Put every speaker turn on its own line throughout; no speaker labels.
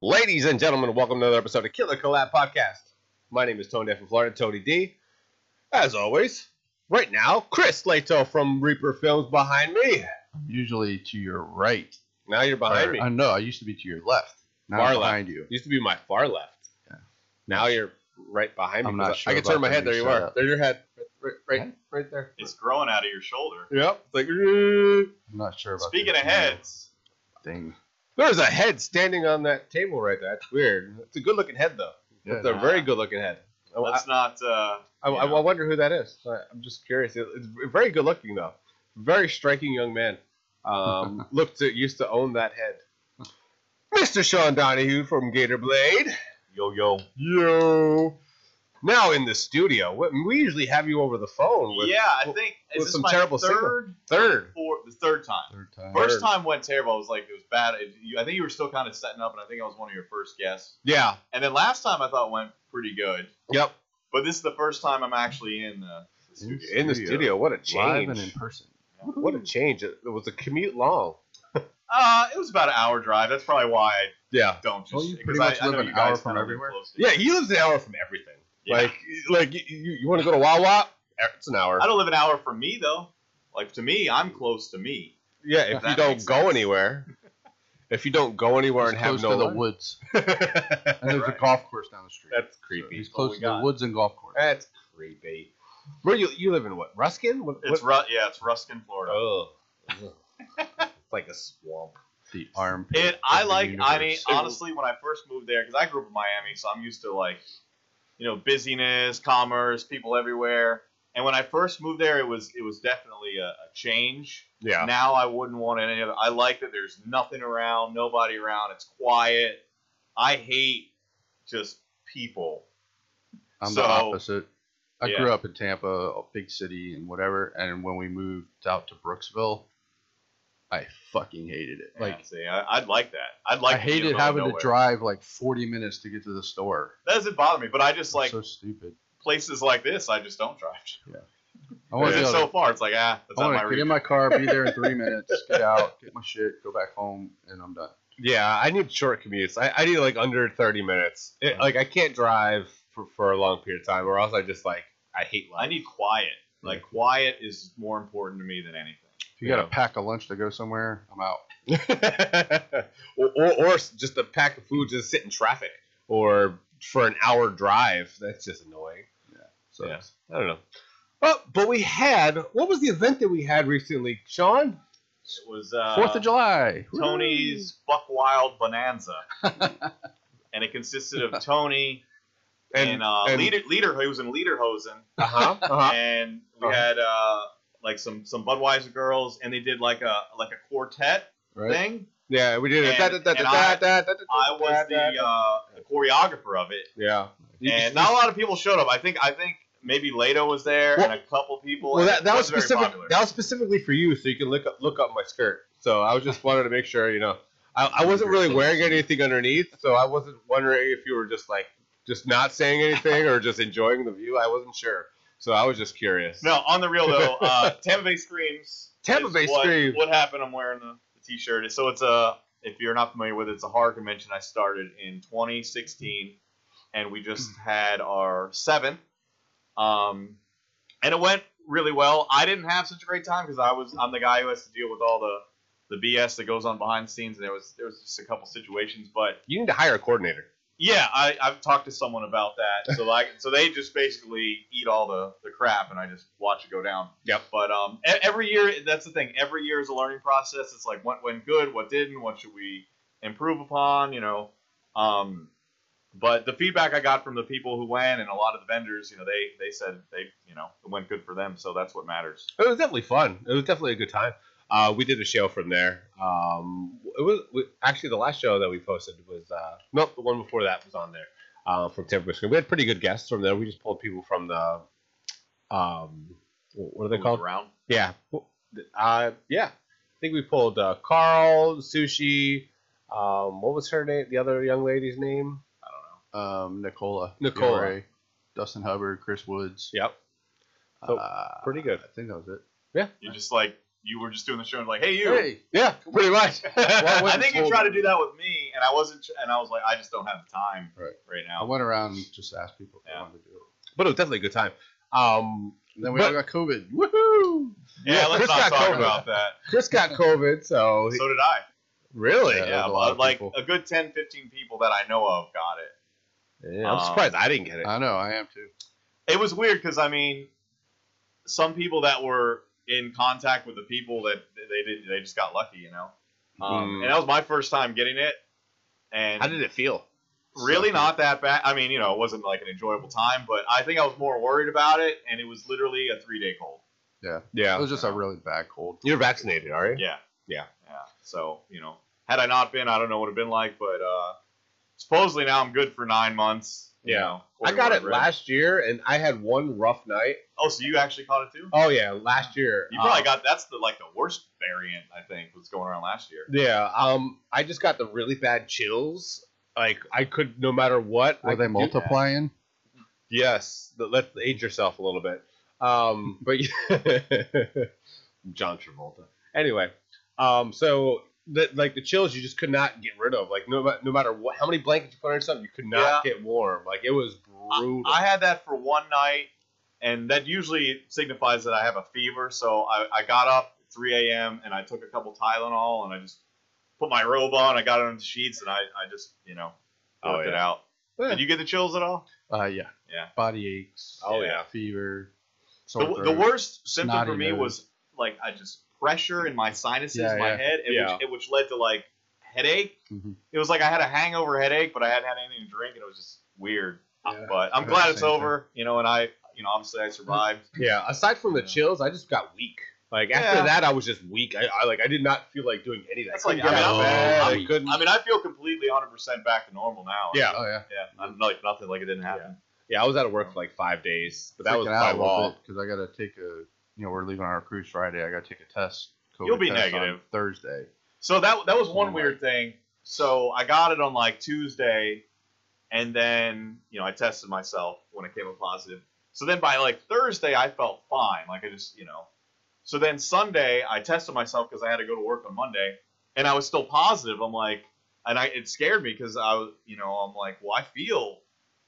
Ladies and gentlemen, welcome to another episode of Killer Collab Podcast. My name is Tony F from Florida, Tony D. As always, right now, Chris Lato from Reaper Films behind me.
usually to your right.
Now you're behind
Or-
me.
uh, no, I used to be to your left. Now
Far
I'm
left.
behind you.
Used to be my far left.
Yeah.
Now you're right behind me.
I'm not
'cause I-
sure
I can turn
about
my
that
head. There
you
you
shut
are.
up.
There's your head. Right, right, right, right there.
It's growing out of your shoulder.
Yep. It's like. "Rrrr."
I'm not sure about
Speaking
this
of heads,
thing.
There's a head standing on that table right there. That's weird. It's a good-looking head, though.
Yeah,
It's a
nah.
very good-looking head. Oh, I- I-
let's not. Uh,
I,
you
I-
know,
I wonder who that is. I- I'm just curious. It- It's very good looking though. Very striking young man. Um, looked to, used to own that head. Mr. Sean Donahue from Gator Blade.
yo yo.
Yo. Now in the studio. We we usually have you over the phone. With
yeah, I think
with
is this
some
my
terrible
third,
Third.
four, the third time.
Third time.
Third.
First time went terrible. I was like, it was bad. It- you- I think you were still kind of setting up, and I think I was one of your first guests.
Yeah.
And then last time I thought went pretty good,
Yep.
but this is the first time I'm actually in the, the studio.
In the studio. What a
Live and in
change.
person.
What a change. It, it was a commute long.
Uh, it was about an hour drive. That's probably why I
Yeah.
don't just.
Well, you
because
pretty
I-
much
I
live
know
an
you guys
hour from
kinda live
everywhere.
close to-
Yeah. He lives an hour from everything.
Yeah.
Like like you, you want to go to Wawa? It's an hour.
I don't live an hour from me though. Like to me, I'm close to me.
Yeah, if
That
you don't
makes
go
sense.
anywhere, if you don't go anywhere
He's
and
close
have
to
no
the
life-
woods. And there's a golf course down the street.
that's
So
creepy.
he's close
Oh my
to
God.
the woods and golf course.
That's creepy. Where you you live in what Ruskin? What,
It's
what?
Ru- yeah, it's Ruskin, Florida.
Oh, it's like a swamp.
The armpit.
It.
of
I
the
like. I mean,
universe.
honestly, when I first moved there, because I grew up in Miami, so I'm used to like, you know, busyness, commerce, people everywhere. And when I first moved there, it was it was definitely a, a change.
Yeah,
Now I wouldn't want any other. I like that there's nothing around, nobody around. It's quiet. I hate just people.
I'm
so-
the opposite. I
Yeah.
grew up in Tampa, a big city and whatever. And when we moved out to Brooksville, I fucking hated it.
Like,
Like,
see, I, I'd like that. I'd
I
like. to be in the
hated
middle of
having to
nowhere.
drive like 40 minutes to get to the store.
That doesn't bother me, but I just
It's
like
so stupid.
places like this. I just don't drive.
I
Because
want to
it's
be
so
able to
far. It's like ah, that's
I
not my
want to get in
region.
my car, be there in three minutes, get out, get my shit, go back home, and I'm done.
yeah. I need short commutes. I, I need like under thirty minutes. It, like I can't drive for, for a long period of time, or else I just like I hate
I
life.
need quiet. Like quiet is more important to me than anything.
If you got
Yeah.
to pack a lunch to go somewhere, I'm out.
or, or or just a pack of food, just sit in traffic, or for an hour drive. That's just annoying.
So
Yeah.
I don't know. Oh, but we had what was the event that we had recently, Sean?
It was uh,
Fourth of July, Woo!
Tony's Buck Wild Bonanza, and it consisted of Tony and, uh, Leader Leader who was in Lederhosen,
uh-huh, uh-huh.
and we
Uh-huh.
had uh, like some some Budweiser girls, and they did like a like a quartet
right?
thing.
yeah, we did it.
And- and I- I was the, uh, the choreographer of it,
yeah.
and not a lot of people showed up. I think I think maybe Lato was there
Well-
and a couple people.
well,
and
that,
it
that was
very
specific.
popular.
That was specifically for you, so you can look up look up my skirt. So I was just wanted to make sure, you know, I, I wasn't really wearing anything underneath, so I wasn't wondering if you were just like just not saying anything or just enjoying the view. I wasn't sure, so I was just curious.
No, on the real though, uh, Tampa Bay Screams.
Tampa
is
Bay
what,
Scream.
What happened? I'm wearing the, the t-shirt. So it's a. If you're not familiar with it, it's a horror convention I started in 2016, and we just
Hmm.
had our seventh. Um, and it went really well. I didn't have such a great time because I was I'm the guy who has to deal with all the the BS that goes on behind the scenes. And there was there was just a couple situations, but
you need to hire a coordinator.
yeah, I, I've talked to someone about that. So like, so they just basically eat all the, the crap, and I just watch it go down.
Yep.
But um, e- every year, that's the thing. Every year is a learning process. It's like what went good, what didn't, what should we improve upon, you know. Um, but the feedback I got from the people who went and a lot of the vendors, you know, they they said they, you know, it went good for them. So that's what matters.
It was definitely fun. It was definitely a good time. Uh, we did a show from there. Um, it was we, actually the last show that we posted was uh, nope, the one before that was on there uh, from Tampa Bay Screen. We had pretty good guests from there. We just pulled people from the um, wh- what are they
Who was
called?
around?
Yeah, uh, yeah. I think we pulled uh, Carl Sushi. Um, what was her name? The other young lady's name?
I don't know.
Um, Nicola,
Nicola.
Fiore, Dustin Hubbard, Chris Woods.
Yep, So,
Uh,
pretty good.
I think that was it.
You're just like you were just doing the show and like, hey, you.
Hey,
Yeah, pretty much.
Well,
I
wasn't
think you
told
tried to do that with me, and I wasn't, tr- and I was like, I just don't have the time
Right. I
now.
went around and just asked people if they
Yeah.
wanted to do it.
but it was definitely a good time. Um,
And then we
But-
all got COVID. Woohoo!
Yeah,
Yeah,
let's
Chris
not
got
talk
COVID.
about that.
Chris got COVID, so he-
So did I.
really,
Yeah,
Yeah,
there's a
but,
lot of
like
people.
a good 10, 15 people that I know of got it.
Yeah, I'm
Um,
surprised I didn't get it.
I know, I am too.
It was weird because I mean, some people that were in contact with the people that they did, they just got lucky, you know. Um,
Mm.
And that was my first time getting it, and
How did it feel?
really
So-
not that bad. I mean, you know, it wasn't like an enjoyable time, but I think I was more worried about it, and it was literally a three day cold.
It
Yeah,
was just a really bad cold.
you're vaccinated, are you?
Yeah.
Yeah.
Yeah. So, you know, had I not been, I don't know what it'd been like, but uh supposedly now I'm good for nine months. you
Yeah. I
know, according
got
to
it
what I read.
last year, and I had one rough night.
Oh, so you actually caught it too?
Oh yeah, last year.
You probably
uh,
got that's the like the worst variant, I think, was going around last year.
Yeah, um, I just got the really bad chills. Like I could, no matter what. I
Were they
could do that.
multiplying?
Yes, th- let's age yourself a little bit. Um, but John Travolta. Anyway, um, so the, like the chills you just could not get rid of. Like no, ma- no matter what, how many blankets you put on yourself, you could not get warm. Like it was brutal.
I had that for one night, and that usually signifies that I have a fever. So I, I got up 3 a.m. and I took a couple Tylenol and I just put my robe on. I got it on the sheets and I, I just, you know,
Oh,
worked it
yeah.
out. Did you get the chills at all?
Uh, yeah.
Yeah.
Body aches.
Oh, yeah.
Fever. sore
The, the
throat.
worst symptom
snotty
for me
nose.
was like I just pressure in my sinuses,
Yeah,
my
yeah.
head, and
Yeah.
which, it, which led to like headache.
Mhm.
It was like I had a hangover headache, but I hadn't had anything to drink, and it was just weird.
Yeah.
But I'm
I had
glad
the
it's
same
over, you know. And I, you know, obviously I survived.
Yeah. Aside from the chills, I just got weak. Like after
Yeah.
that, I was just weak. I, I like I did not feel like doing any of that.
That's like-
couldn't get
I mean,
out of
I'm-
bed,
I'm-
I couldn't.
I mean, I feel completely 100 percent back to normal now.
yeah,
Oh, yeah.
yeah. I'm like nothing like it didn't happen.
yeah. I was out of work for like five days, but that was
Freaking out
by
a little
law.
bit, 'cause I got to take a, you know, we're leaving on our cruise Friday. I got to take a test. COVID
You'll be
test on
negative.
Thursday.
So that that was one
Oh my.
weird thing. So I got it on like Tuesday, and then you know I tested myself when it came up positive. So then by like Thursday I felt fine, like I just you know. So then Sunday I tested myself because I had to go to work on Monday, and I was still positive. I'm like, and I it scared me because I was you know I'm like, well I feel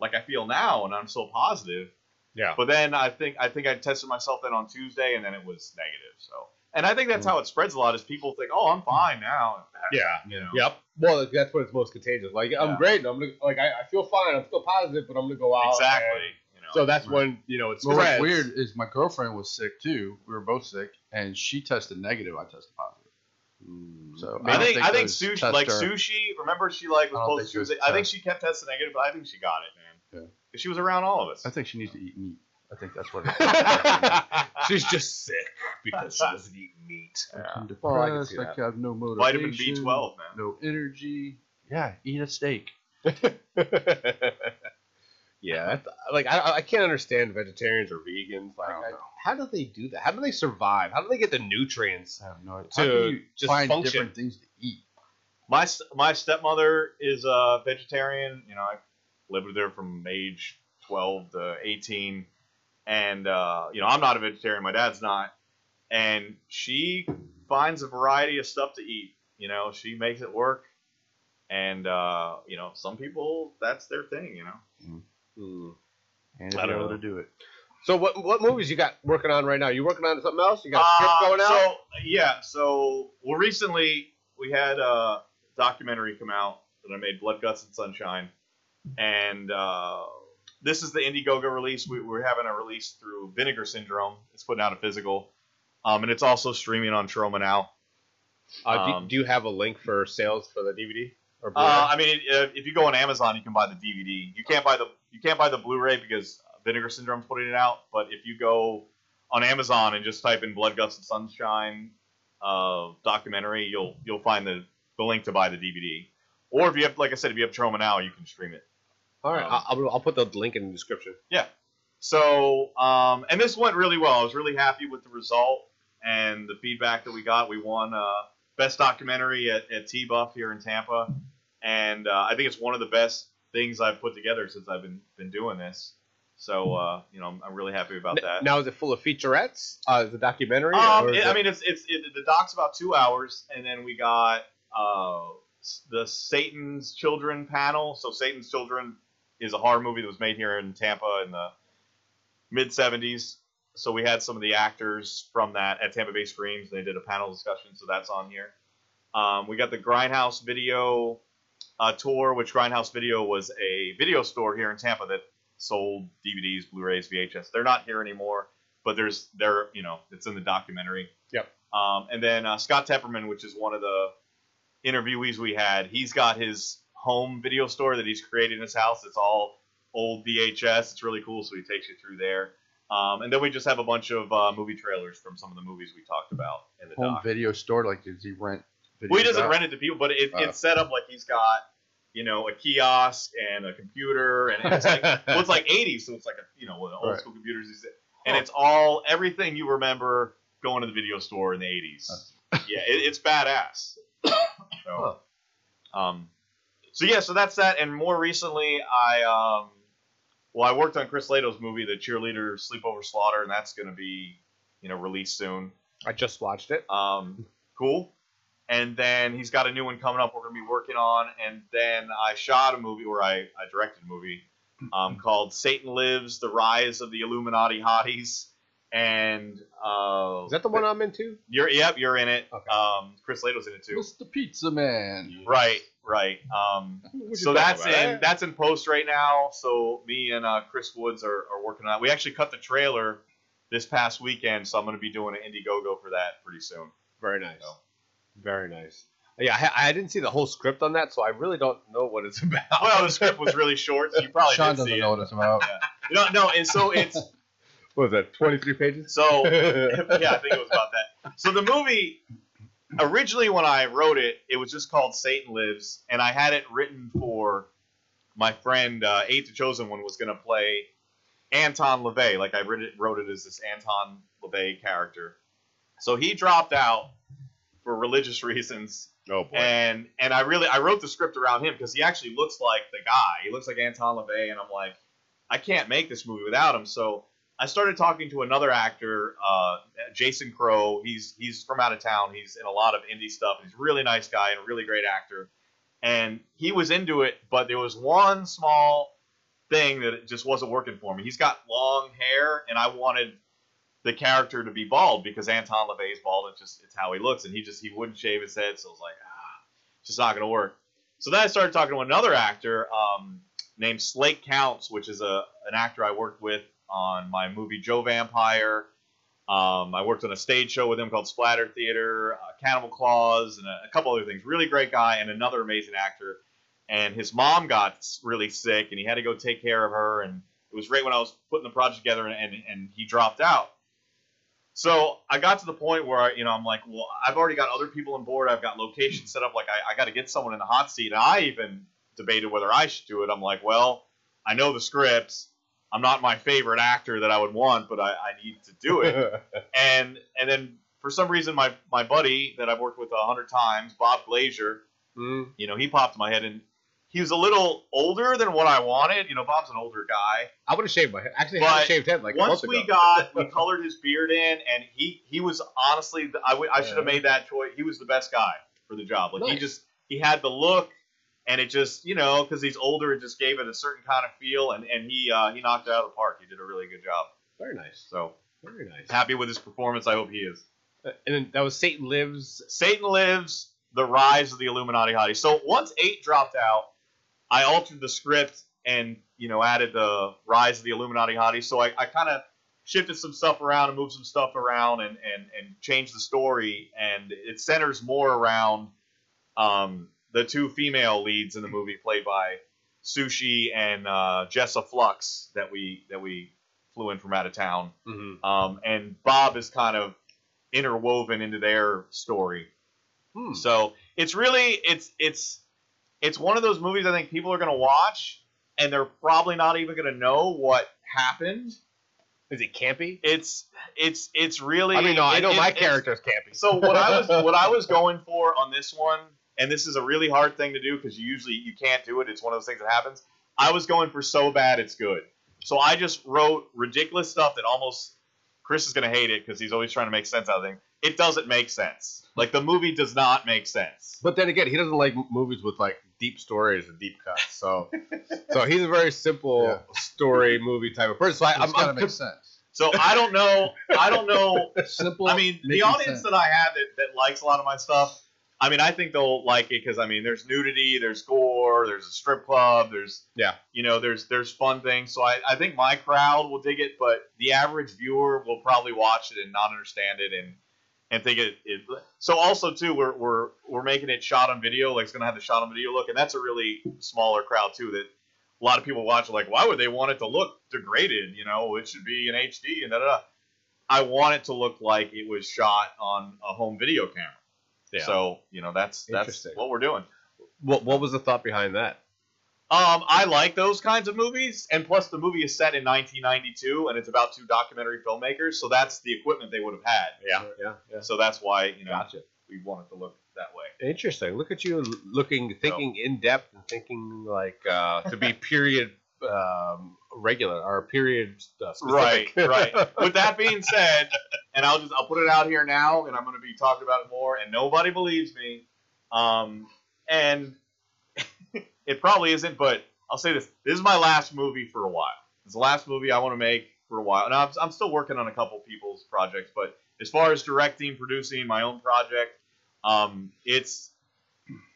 like I feel now, and I'm still positive.
Yeah.
But then I think I think I tested myself then on Tuesday, and then it was negative. So, and I think that's how it spreads a lot is people think, oh, I'm fine now.
Yeah.
You know.
Yep. Well, that's when it's most contagious. Like I'm
Yeah.
great. and I'm gonna, like I, I feel fine. I'm still positive, but I'm gonna go out.
Exactly.
and-
You know.
so that's
Right.
when you know it
Well, what's
spreads.
weird is my girlfriend was sick too. We were both sick, and she tested negative. I tested positive. So
I think I think
those
sushi
tests
like
are-
sushi. Remember, she like
I don't
was supposed
think
to.
those
I think
tests-
she kept testing negative, but I think she got it, man.
Yeah.
'Cause She was around all of us.
I think she needs to eat meat. I think that's what. It
She's just sick because she doesn't eat meat.
I'm
Well, I can
depressed.
see
Oh, I,
that.
have no motivation.
Vitamin B twelve, man.
No energy. Yeah, eat a steak.
yeah. That's, like I, I can't understand vegetarians or vegans. Like,
I don't
I-
know.
how do they do that? How do they survive? How do they get the nutrients?
I have no idea. How
To
can you
just
find
function.
different things to eat?
My s- my stepmother is a vegetarian. You know, I lived with her from age twelve to eighteen, and uh, you know, I'm not a vegetarian. My dad's not, and she finds a variety of stuff to eat. You know, she makes it work, and uh, you know, some people that's their thing. You know,
Hmm. And be
I don't
able
know.
to do it.
So what what movies you got working on right now? You working on something else? You got a
Uh,
script going out?
So yeah, so well, recently we had a documentary come out that I made, Blood Guts and Sunshine, and uh, this is the Indiegogo release. We, we're having a release through Vinegar Syndrome. It's putting out a physical, um, and it's also streaming on Troma now.
uh, do,
um,
do you have a link for sales for the DVD or Blu-ray?
Uh, I mean, if, if you go on Amazon, you can buy the DVD. You can't buy the you can't buy the Blu-ray because Vinegar Syndrome's putting it out. But if you go on Amazon and just type in "Blood Guts and Sunshine" uh, documentary, you'll you'll find the, the link to buy the DVD. Or if you have, like I said, if you have Troma now, you can stream it.
All right,
Um,
I- I'll, I'll put the link in the description.
So, um, and this went really well. I was really happy with the result and the feedback that we got. We won uh, best documentary at, at T Buff here in Tampa, and uh, I think it's one of the best things I've put together since I've been been doing this. So uh, you know, I'm, I'm really happy about that.
Now is it full of featurettes? Uh, is it a documentary?
Um,
or is
it-
it-
I mean, it's it's it, the doc's about two hours, and then we got uh, s- the Satan's Children panel. So Satan's Children is a horror movie that was made here in Tampa in the mid '70s. So we had some of the actors from that at Tampa Bay Screams. They did a panel discussion, so that's on here. Um, we got the Grindhouse Video uh, tour, which Grindhouse Video was a video store here in Tampa that sold DVDs, Blu-rays, VHS. They're not here anymore but there's there you know it's in the documentary.
Yep.
Um, and then uh, Scott Tepperman, which is one of the interviewees we had, he's got his home video store that he's created in his house. It's all old VHS. It's really cool. So he takes you through there. Um, and then we just have a bunch of uh, movie trailers from some of the movies we talked about in the
Home
doc.
video store, like, does he rent?
Well, he
videos
doesn't
out?
rent it to people, but it,
Uh.
it's set up like he's got you know a kiosk and a computer, and it's like well, it's like 80s, so it's like a you know one of the old
Right.
school computers. These, and it's all everything you remember going to the video store in the 80s. yeah, it, it's badass. So, um, so yeah, so that's that. And more recently, I um, well, I worked on Chris Lato's movie, The Cheerleader Sleepover Slaughter, and that's gonna be you know released soon.
I just watched it.
Um, cool. And then he's got a new one coming up. We're gonna be working on. And then I shot a movie, or I, I directed a movie, um, called Satan Lives: The Rise of the Illuminati Hotties. And uh,
Is that the one I'm into?
you're yep, you're in it.
Okay.
Um, Chris Lato's in it too.
Mr. Pizza Man.
Right, right. Um, so that's in that's in post right now. So me and uh, Chris Woods are, are working on. it. We actually cut the trailer this past weekend, so I'm gonna be doing an Indiegogo for that pretty soon.
very nice.
No.
Very nice. Yeah, I, I didn't see the whole script on that, so I really don't know what it's about.
Well, the script was really short, so you probably
Sean
didn't
doesn't
see
know
it.
what it's about.
No, no, and so it's
what was that? Twenty-three pages.
so Oh, yeah, I think it was about that. So the movie originally when I wrote it, it was just called Satan Lives, and I had it written for my friend uh, Eight the Chosen One was gonna play Anton LaVey. Like I wrote it, wrote it as this Anton LaVey character. So he dropped out for religious reasons
oh boy.
and and I really I wrote the script around him because he actually looks like the guy. He looks like Anton LaVey, and I'm like, I can't make this movie without him. So I started talking to another actor, uh, Jason Crow. He's he's from out of town. He's in a lot of indie stuff. He's a really nice guy and a really great actor, and he was into it. But there was one small thing that it just wasn't working for me. He's got long hair, and I wanted the character to be bald because Anton LaVey is bald. It's just it's how he looks, and he just he wouldn't shave his head. So I was like, ah, it's just not gonna work. So then I started talking to another actor um, named Slake Counts, which is a an actor I worked with on my movie Joe Vampire. Um, I worked on a stage show with him called Splatter Theater, uh, Cannibal Claws, and a, a couple other things. Really great guy and another amazing actor. And his mom got s- really sick, and he had to go take care of her. And it was right when I was putting the project together, and, and, and he dropped out. So I got to the point where I, you know I'm like, well, I've already got other people on board. I've got locations set up. Like I, I got to get someone in the hot seat. And I even debated whether I should do it. I'm like, well, I know the scripts. I'm not my favorite actor that I would want, but I, I need to do it and and then for some reason my my buddy that I've worked with a hundred times, Bob Glazier,
Mm,
you know, he popped in my head and he was a little older than what I wanted. You know, Bob's an older guy.
I would have shaved my head. Actually, I had a
But
shaved head like
Once
a month
we
ago.
got we colored his beard in, and he he was honestly the- I w- I should have made that choice. He was the best guy for the job. Like he
Nice.
just he had the look. And it just, you know, because he's older, it just gave it a certain kind of feel, and and he uh, he knocked it out of the park. He did a really good job.
very nice.
So
Very nice. Uh,
happy with his performance. I hope he is.
And then that was Satan Lives.
Satan Lives, The Rise of the Illuminati Hottie. So once eight dropped out, I altered the script and you know added the Rise of the Illuminati Hottie. So I, I kind of shifted some stuff around and moved some stuff around and and and changed the story and it centers more around um, the two female leads in the movie played by Sushi and uh, Jessa Flux that we that we flew in from out of town
Mm-hmm.
um, and Bob is kind of interwoven into their story.
hmm,
So it's really it's it's it's one of those movies I think people are gonna watch and they're probably not even gonna know what happened.
Is it campy?
It's it's it's really
I mean, no, I
it-
know
it-
my
it's-
character's campy.
So what I was what I was going for on this one, and this is a really hard thing to do because usually you can't do it. It's one of those things that happens. I was going for so bad it's good. So I just wrote ridiculous stuff that almost Chris is gonna hate it because he's always trying to make sense out of things. It doesn't make sense. Like the movie does not make sense.
But then again, he doesn't like m- movies with like deep stories and deep cuts. So, so he's a very simple
Yeah.
story movie type of person. So I,
It's
I'm,
gotta
I'm
make sense.
So I don't know. I don't know.
Simple.
I mean, the
making
audience
sense.
that I have that, that likes a lot of my stuff. I mean, I think they'll like it because I mean, there's nudity, there's gore, there's a strip club, there's
Yeah.
you know, there's there's fun things. So I, I think my crowd will dig it, but the average viewer will probably watch it and not understand it and and think it. it so also too, we're we're we're making it shot on video, like it's gonna have the shot on video look, and that's a really smaller crowd too that. A lot of people watch it like, why would they want it to look degraded? You know, it should be in HD and da da. da. I want it to look like it was shot on a home video camera.
Yeah.
So you know that's that's
Interesting.
what we're doing.
what, what was the thought behind that?
Um, I like those kinds of movies, and plus the movie is set in 1992, and it's about two documentary filmmakers, so that's the equipment they would have had.
Yeah, yeah, yeah.
So that's why you know
Gotcha.
we want it to look that way.
Interesting. Look at you l- looking, thinking in depth, and thinking like uh, to be period um, regular or period uh,
Right,
specific.
right. With that being said, and I'll just I'll put it out here now, and I'm going to be talking about it more, and nobody believes me. Um, and it probably isn't, but I'll say this: this is my last movie for a while. It's the last movie I want to make for a while, and I'm, I'm still working on a couple people's projects. But as far as directing, producing my own project, um, it's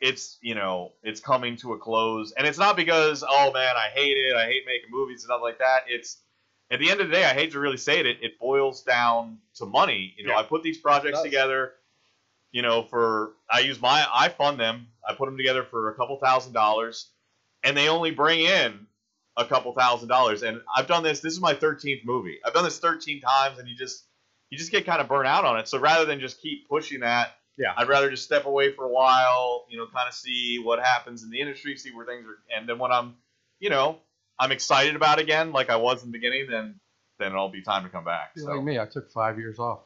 it's you know it's coming to a close, and it's not because oh man I hate it, I hate making movies and stuff like that. It's at the end of the day, I hate to really say it, it, it boils down to money. You know,
Yeah.
I put these projects
does.
together, you know, for I use my I fund them. I put them together for a couple thousand dollars, and they only bring in a couple thousand dollars. And I've done this. This is my thirteenth movie. I've done this thirteen times, and you just you just get kind of burnt out on it. So rather than just keep pushing that,
Yeah.
I'd rather just step away for a while. You know, kind of see what happens in the industry, see where things are, and then when I'm, you know, I'm excited about again, like I was in the beginning, then then it'll be time to come back.
Be
So
like me, I took five years off.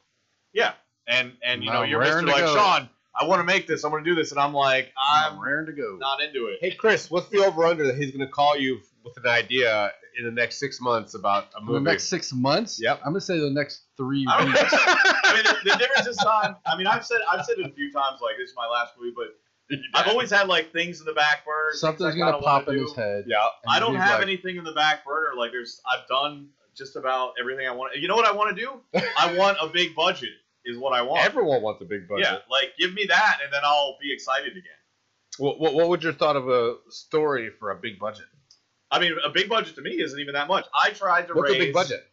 yeah, and and you
Now
know,
I'm
you're
raring
Mr.
to
Like
go.
Sean, I want to make this, I want to do this, and I'm like, I'm
raring to go.
not into it.
Hey Chris, what's the over under that he's going to call you with an idea in the next six months about a
For the
movie?
next six months.
Yep.
I'm gonna say the next three
I don't
weeks.
I mean, the, the difference is not. I mean, I've said I've said it a few times, like this is my last movie, but I've always had like things in the back burner. things
Something's
I
gonna
kinda
pop
wanna
in
do.
his head.
yeah,
and
I don't
he's
have
like,
anything in the back burner. Like there's, I've done just about everything I want. You know what I want to do? I want a big budget. Is what I want.
everyone wants a big budget.
Yeah, like give me that, and then I'll be excited again.
What, what, what would your thought of a story for a big budget?
I mean, a big budget to me isn't even that much. I tried to
What's
raise
a big budget?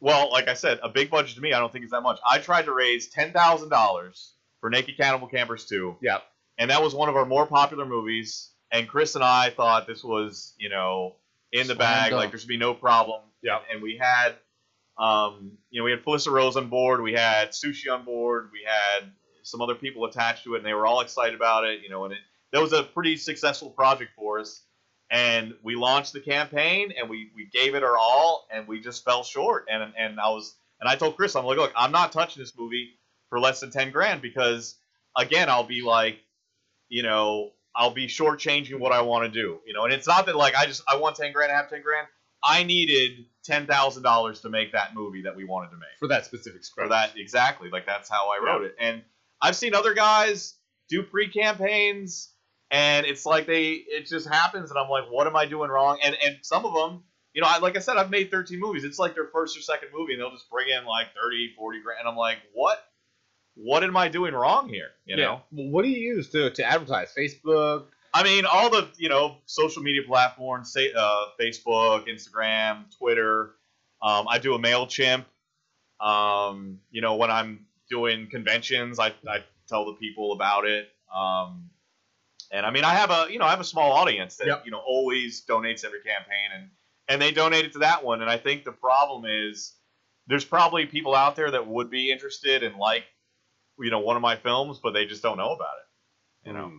Well, like I said, a big budget to me, I don't think is that much. I tried to raise ten thousand dollars for Naked Cannibal Campers two.
Yep.
and that was one of our more popular movies. And Chris and I thought this was, you know, in the
Slam
bag.
dunk.
Like there should be no problem.
Yep.
and we had, um, you know, we had Felissa Rose on board. We had Sushi on board. We had some other people attached to it, and they were all excited about it. You know, and it that was a pretty successful project for us. And we launched the campaign, and we we gave it our all, and we just fell short. And and I was and I told Chris, I'm like, look, I'm not touching this movie for less than ten grand because again, I'll be like, you know, I'll be shortchanging what I want to do. You know, and it's not that like I just I want ten grand, I have ten grand. I needed ten thousand dollars to make that movie that we wanted to make
For that specific script.
for that exactly. Like that's how I wrote it. And I've seen other guys do pre campaigns, and it's like they it just happens, and I'm like, what am I doing wrong? And and some of them, you know, I, like I said, I've made 13 movies. It's like their first or second movie, and they'll just bring in like 30, 40 grand, and I'm like, what? What am I doing wrong here? You know.
Well, What do you use to, to advertise? Facebook?
I mean, all the you know social media platforms, say, uh, Facebook, Instagram, Twitter. Um, I do a Mailchimp. Um, you know, when I'm doing conventions, I, I tell the people about it. Um, and I mean, I have a you know I have a small audience that
Yep.
you know always donates every campaign, and and they donated to that one. And I think the problem is there's probably people out there that would be interested and like you know one of my films, but they just don't know about it. You know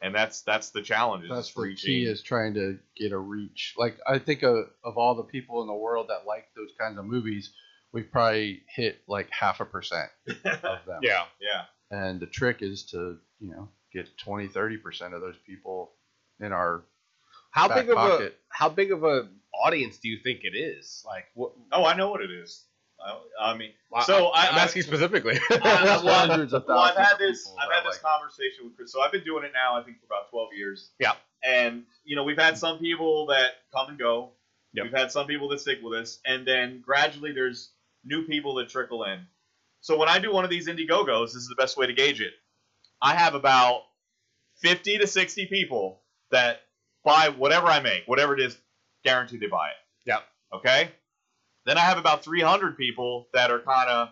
and that's that's the challenge. is
That's
Mm, it's
the
reaching.
key is trying to get a reach. Like I think of, of all the people in the world that like those kinds of movies, we've probably hit like half a percent of them.
Yeah.
Yeah,
And the trick is to, you know, get 20, 30% of those people in our
How
back
big of
pocket.
a how big of a audience do you think it is? Like, what,
Oh, I know what it is. I, I mean,
I-
so I,
I'm
I-
asking specifically.
I- I- well,
hundreds of
well, I've
thousands
had
of
this.
people
I've
that
had this
like-
conversation with Chris. So I've been doing it now, I think, for about twelve years.
Yeah.
And you know, we've had some people that come and go.
Yep.
We've had some people that stick with us, and then gradually there's new people that trickle in. So when I do one of these Indiegogos, this is the best way to gauge it. I have about fifty to sixty people that buy whatever I make, whatever it is, guaranteed they buy it.
Yep.
Okay. Then I have about 300 people that are kind of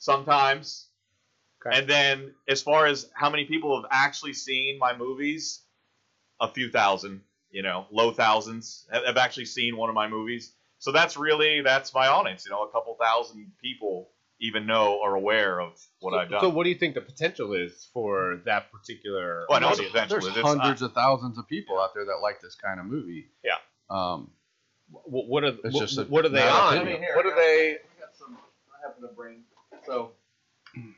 sometimes.
Okay.
And then as far as how many people have actually seen my movies, a few thousand, you know, low thousands have, have actually seen one of my movies. So that's really that's my audience, you know, a couple thousand people even know are aware of what
so,
I've done.
so what do you think the potential is for that particular?
Well, I know it's
audience?
eventually.
There's
it's-
hundreds of thousands of people out there that like this kind of movie.
Yeah.
Um,
What, what are
It's
what,
just a
what are they
matter of
on?
opinion. I mean,
what are they?
I got some. I have in the brain. So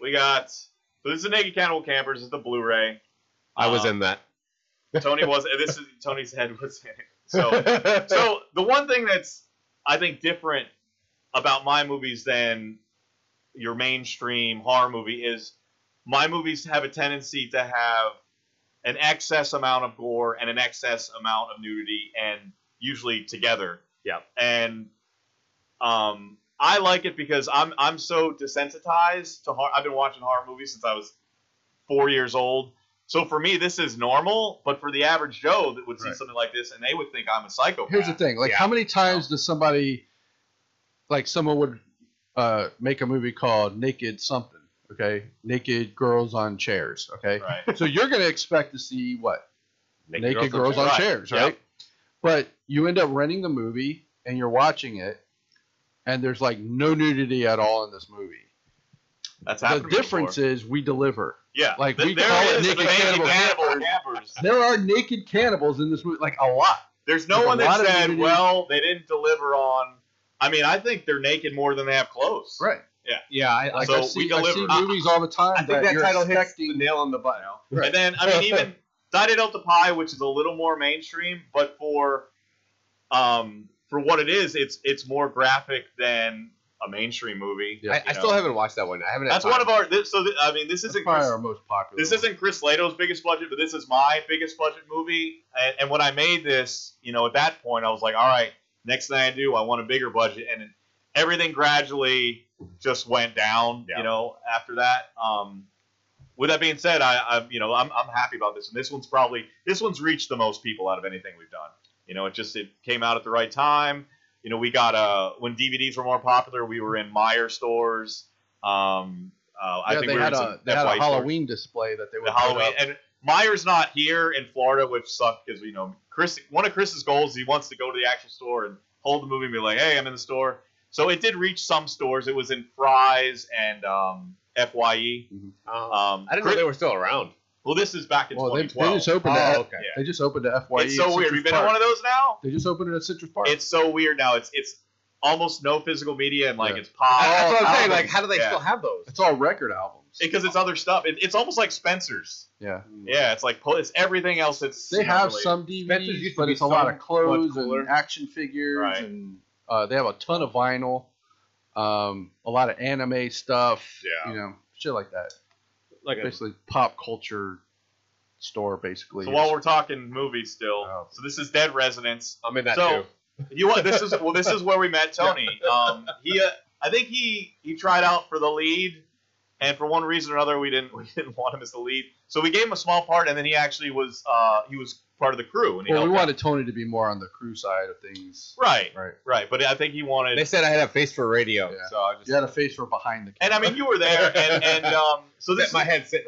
we got. So this is the Naked Cannibal Campers. This is the Blu-ray.
I was
Uh,
in that.
Tony was. This is Tony's head was in it. So so the one thing that's I think different about my movies than your mainstream horror movie is my movies have a tendency to have an excess amount of gore and an excess amount of nudity and usually together.
Yep.
And um I like it because I'm I'm so desensitized to horror. I've been watching horror movies since I was 4 years old. So for me this is normal, but for the average Joe that would see
Right.
something like this and they would think I'm a psychopath.
here's the thing: like,
Yeah.
how many times does somebody, like, someone would uh, make a movie called Naked Something? Okay, Naked Girls on Chairs. Okay,
Right.
so you're gonna expect to see what naked, girls, on
Right.
chairs,
Yep.
right? But you end up renting the movie and you're watching it, and there's like no nudity at all in this movie.
That's
The
happened.
difference
before.
is we deliver.
yeah,
like,
Th-
we
there
call it
is
naked
the
cannibal
cannibal campers.
There are naked cannibals in this movie, like a lot.
There's no
There's a
one that
lot of
said,
nudity.
"Well, they didn't deliver on." I mean, I think they're naked more than they have clothes.
Right.
Yeah, I,
Like
So
I
we
see, I
deliver.
see
I-
movies all the time
I think
that,
that
you're
title hits
expecting.
the nail on the butt.
And then I mean, even Dino Delta Pi, which is a little more mainstream, but for um for what it is, it's it's more graphic than a mainstream movie.
I,
Yeah.
I
You
still
know.
haven't watched that one. I haven't. had
That's
time.
one of our. This, so th- I mean, this
That's
isn't
probably
Chris,
our most popular.
this
one.
isn't Chris Lato's biggest budget, but this is my biggest budget movie. And, and when I made this, you know, at that point, I was like, all right, next thing I do, I want a bigger budget, and everything gradually just went down.
Yeah.
You know, after that. Um, with that being said, I, I you know, I'm, I'm happy about this, and this one's probably this one's reached the most people out of anything we've done. You know, it just it came out at the right time. You know, we got uh when DVDs were more popular, we were in Meyer stores. Um, uh, I
Yeah,
think
they
we were
had
in some
a they had a
FY stores
Halloween display that they would
E the
put
Halloween.
up.
And Meyer's not here in Florida, which sucked because you know Chris. One of Chris's goals, he wants to go to the actual store and hold the movie and be like, "Hey, I'm in the store." So it did reach some stores. It was in Fry's and um, Fye.
Uh, I
Um,
didn't
Chris-
know they were still around.
well, this is back in
Well, they, they
2012.
just opened it.
Oh,
at-
okay.
Yeah.
They just opened at FYE.
it's
at
so weird.
E Citrus
You've been
Park.
in one of those now.
They just opened it at Citrus Park.
It's so weird now. It's it's almost no physical media and like
Yeah.
it's pop.
That's what I'm saying.
albums.
Like, how do they
Oh, Yeah.
still have those?
it's all record albums.
because it's other stuff. It, it's almost like Spencer's.
yeah.
Yeah, it's like po- it's everything else that's
They
you know,
have
related.
some
Spencer's used
DVDs,
to
but
be
it's a lot
somewhat
of clothes
cooler.
and action figures,
Right.
and uh, they have a ton of vinyl, um, a lot of anime stuff.
Yeah.
you know, shit like that.
Like, a,
Basically, pop culture store, basically.
So while we're talking movies still,
Oh.
so this is Dead Residents.
I'm in that
So-
too.
You want this is well this is where we met Tony. Um, he uh, I think he he tried out for the lead, and for one reason or another we didn't we didn't want him as the lead. So we gave him a small part, and then he actually was uh, he was part of the crew. And he
Well, we
helped out.
wanted Tony to be more on the crew side of things.
right
Right.
right, but I think he wanted.
They said I had a face for radio,
Yeah.
so I just
You had a face for behind the
and
camera.
I mean you were there, and and um, so this is
my head's sitting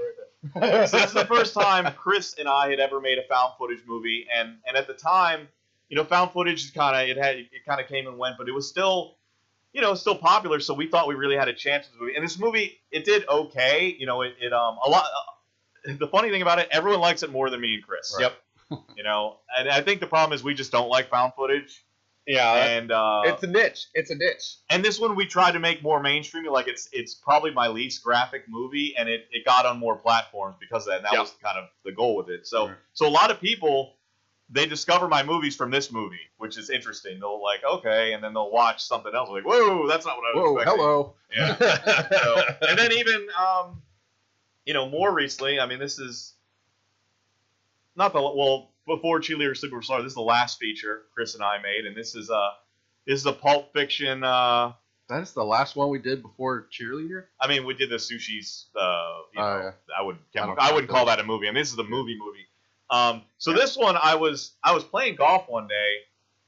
right there.
so this is the first time Chris and I had ever made a found footage movie, and and at the time, you know, found footage is kind of it had it kind of came and went, but it was still, you know, still popular. So we thought we really had a chance with the movie, and this movie it did okay. You know, it, it um a lot. Uh, the funny thing about it, everyone likes it more than me and Chris.
Right.
you know, and I think the problem is we just don't like found footage,
yeah,
and uh,
it's a niche. It's a niche.
and this one we tried to make more mainstream. Like it's it's probably my least graphic movie, and it, it got on more platforms because of that. And that
Yeah.
was kind of the goal with it. So
Right.
so a lot of people they discover my movies from this movie, which is interesting. They'll like, okay, and then they'll watch something else. Like, whoa, that's not what I was
Whoa,
expecting.
hello.
Yeah. So, and then even, um, you know, more recently, I mean, this is not the well before Cheerleader Superstar. This is the last feature Chris and I made, and this is uh this is a Pulp Fiction. Uh,
That's the last one we did before cheerleader.
I mean, we did the sushi's. Uh, you know,
Oh, yeah.
I would
I
I,
don't
wouldn't
count
call that a movie. I mean, this is the movie movie. Um, so this one, I was I was playing golf one day,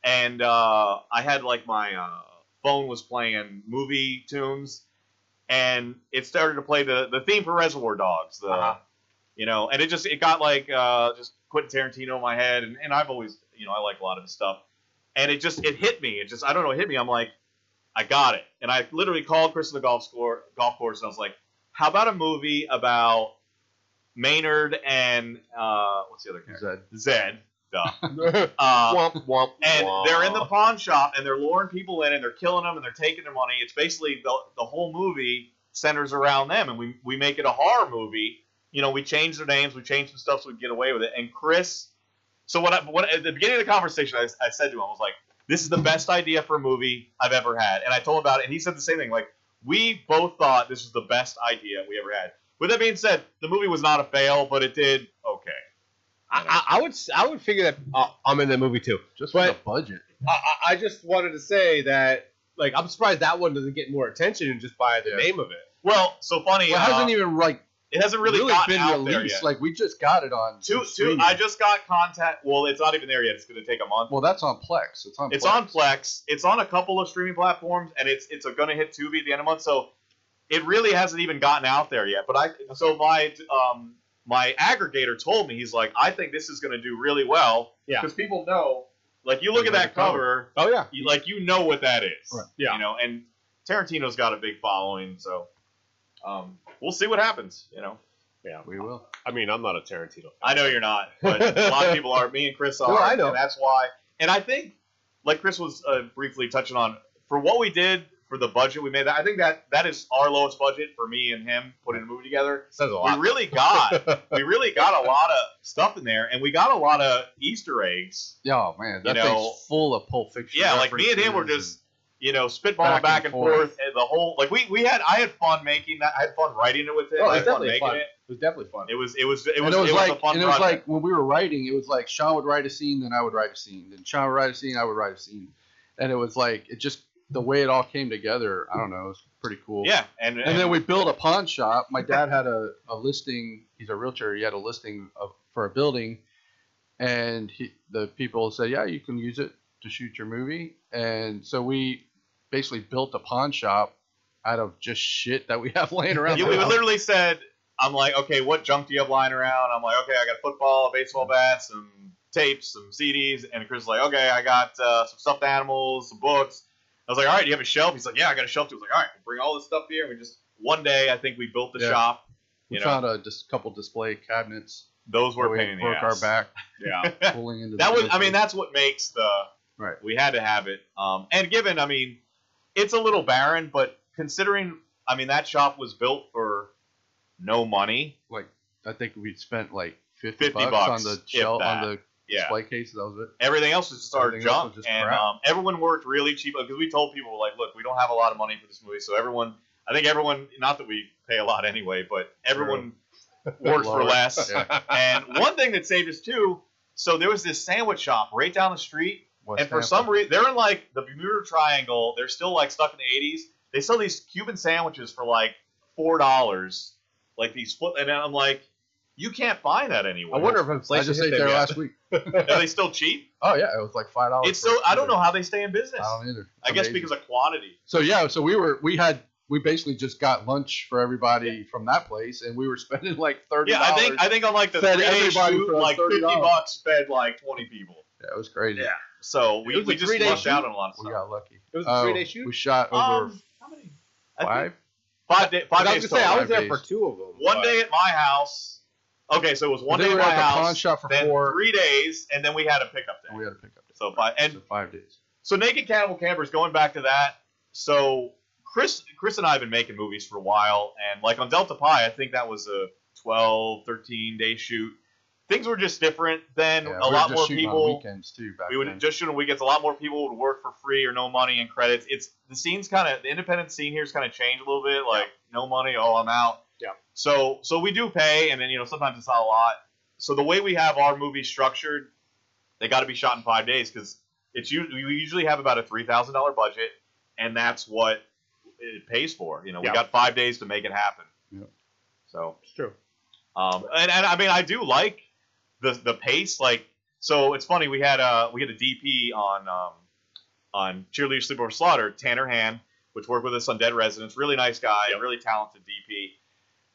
and uh, I had like my uh, phone was playing movie tunes, and it started to play the the theme for Reservoir Dogs. The
Uh-huh.
you know, and it just it got like uh, just Quentin Tarantino in my head, and, and I've always you know I like a lot of his stuff, and it just it hit me. It just I don't know, it hit me. I'm like, I got it, and I literally called Chris in the golf score golf course, and I was like, how about a movie about Maynard and uh, what's the other character?
Zed.
Zed. Duh.
womp
Uh,
womp.
and
womp.
they're in the pawn shop and they're luring people in and they're killing them and they're taking their money. It's basically the, the whole movie centers around them and we, we make it a horror movie. You know, we change their names, we change some stuff so we can get away with it. And Chris, so what? I, what at the beginning of the conversation, I, I said to him, I was like, "This is the best idea for a movie I've ever had," and I told him about it, and he said the same thing. Like, we both thought this was the best idea we ever had. With that being said, the movie was not a fail, but it did okay.
I, I I would s- I would figure that uh, I'm in that movie too.
Just
But-
for the budget.
I, I- I just wanted to say that like I'm surprised that one doesn't get more attention just by the
Yeah.
name of it.
Well, so funny.
Well, it
uh,
hasn't even like
it hasn't really,
really,
gotten
been
out there
released.
yet.
Like we just got it on.
Two, two.
streaming.
I just got contact. Well, it's not even there yet. It's going to take a month.
well, that's on Plex. It's on.
It's
Plex.
on Plex. It's on a couple of streaming platforms, and it's it's going to hit Tubi at the end of the month. So it really hasn't even gotten out there yet. But I so my um my aggregator told me he's like I think this is going to do really well.
Yeah.
Because people know, like you look
They
at
know
that
the cover.
cover,
Oh yeah.
you, like you know what that is.
Right.
Yeah.
You know, and Tarantino's got a big following, so um we'll see what happens. You know.
We will.
I mean, I'm not a Tarantino.
I know you're not, but a lot of people are. Me and Chris are.
No, I know.
And that's why. And I think, like Chris was uh, briefly touching on, for what we did for the budget we made, I think that that is our lowest budget for me and him putting a movie together.
Says a
We
lot.
really got, we really got a lot of stuff in there, and we got a lot of Easter eggs.
Yeah, oh, man, that
You know-
thing's full of Pulp Fiction.
Yeah, like me and him were
references
just, you know, spitballing back, and forth, and the whole like we we had I had fun making that, I had fun writing it with it.
Oh, it's
I had fun
definitely
making
fun.
it.
was definitely fun.
It was it was it
and
was,
it was, like,
a fun
and it was like
project.
when we were writing, it was like Sean would write a scene, then I would write a scene, then Sean would write a scene, I would write a scene, and it was like it just the way it all came together. I don't know, it was pretty cool.
yeah,
And then we built a pawn shop. My dad had a, a listing. He's a realtor. He had a listing of, for a building, and he, the people said, "Yeah, you can use it to shoot your movie." And so we basically built a pawn shop out of just shit that we have laying around.
You,
the
we
house.
literally said, I'm like, okay, what junk do you have lying around? I'm like, okay, I got football, baseball bats, some tapes, some CDs. And Chris is like, okay, I got uh, some stuffed animals, some books. I was like, all right, do you have a shelf? He's like, yeah, I got a shelf too. I was like, all right, bring all this stuff here. We just, one day, I think we built the
Yeah.
shop.
we
You know,
found a dis- couple display cabinets.
those were a
where
pain in the
broke
ass.
our back
Yeah.
pulling into.
that
the
was, I mean,
woodshed.
that's what makes the,
right.
we had to have it. Um, and given, I mean, it's a little barren, but considering, I mean, that shop was built for no money.
Like I think we spent like fifty,
50
bucks,
bucks,
on the
if
shell on
that.
the
Yeah.
display case. That was it.
Everything else was just our
Everything else
junk,
was just
and
crap.
um, everyone worked really cheap because we told people like, look, we don't have a lot of money for this movie, so everyone, I think everyone, not that we pay a lot anyway, but everyone worked for
Lower.
less.
Yeah.
and one thing that saved us too, so there was this sandwich shop right down the street,
West
and for
Tampa.
some reason they're in like the Bermuda Triangle, they're still like stuck in the '80s. They sell these Cuban sandwiches for like four dollars, like these foot, and I'm like, you can't find that anywhere.
I wonder if
I
inflation
just
hit
ate
them
there
yet.
last week.
are they still cheap?
Oh yeah, it was like five dollars.
It's so I don't know how they stay in business.
I don't either.
I guess because of quantity.
so yeah, so we were we had we basically just got lunch for everybody from that place, and we were spending like thirty.
Yeah, I think I think on like the
Fed
three day
everybody
shoot,
for
like fifty
$30.
bucks fed like twenty people.
yeah, it was crazy.
Yeah. So
It
we,
was
we
a
just
three-day
lucked
shoot?
out on a lot of
we
stuff.
got lucky.
It was a
Oh,
three-day shoot?
We shot over
Um, how many? I
five.
think Five, day, five
But I
days
was gonna say I
total.
was there for
days.
two of them.
One
but-
day at my house. Okay, so it was
But
one
then
day
we
at
were
my
at the pawn
house.
shop for
Then
four,
three days, and then we had a pickup
and
day.
we had a pickup.
So five, and
so five days.
So Naked Cannibal Campers, going back to that. So Chris, Chris and I have been making movies for a while, and like on Delta Pi, I think that was a 12, 13 day shoot. things were just different then.
Yeah,
a
we
lot
were just
more
shooting
people
on weekends too. Back
we would
then.
just shoot on weekends. A lot more people would work for free or no money and credits. It's the scene's kind of the independent scene here's kind of changed a little bit. Like no money, oh I'm out.
Yeah.
So so we do pay, and then you know sometimes it's not a lot. So the way we have our movies structured, they got to be shot in five days because it's usually we usually have about a three thousand dollar budget, and that's what it pays for. You know,
Yeah.
we got five days to make it happen.
Yeah.
So
It's true.
um, and, and I mean, I do like the the pace. Like, so it's funny. We had a we had a DP on um, on cheerleader sleepover slaughter, Tanner Han, which worked with us on Dead Residents. Really nice guy, really talented DP.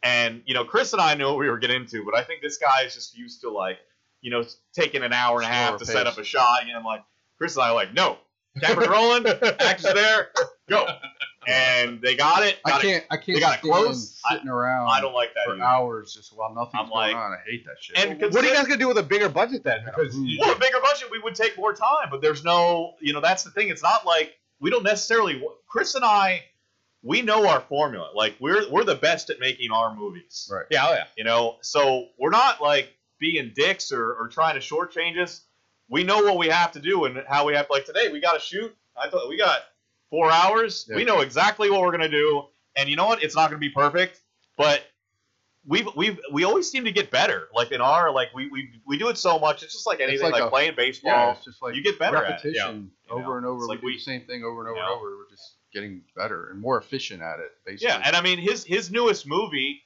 And you know, Chris and I knew what we were getting into, but I think this guy is just used to like, you know, taking an hour and a half
Slower
to set
pace.
up a shot. And I'm like, Chris and I are like, no, camera's rolling, action's there, go. And they got it.
I
got it.
can't. I can't.
they got it
stand
close. I-
Sitting around
I don't like that.
for
either.
hours just while nothing's
I'm like-
going on. I hate that shit. Mm.
And
What are you guys gonna do with a bigger budget then? Because you-
Well, a bigger budget, we would take more time, but there's no, you know, that's the thing. It's not like we don't necessarily. Chris and I, we know our formula. Like we're we're the best at making our movies,
Right.
yeah, oh yeah.
you know. So we're not like being dicks or, or trying to shortchange us. We know what we have to do and how we have. Like today, we got to shoot. I thought we got four hours.
Yeah.
We know exactly what we're gonna do, and you know what? It's not gonna be perfect, but we've we've we always seem to get better. Like in our like we we, we do it so much. It's just like anything,
like
like,
a-
playing baseball.
yeah, it's just like
you get better at it.
repetition
yeah. You
over
know,
and over.
it's like
we,
we-
do the same thing over and over
you
and
know.
over. We're just getting better and more efficient at it. Basically.
Yeah, and I mean his his newest movie,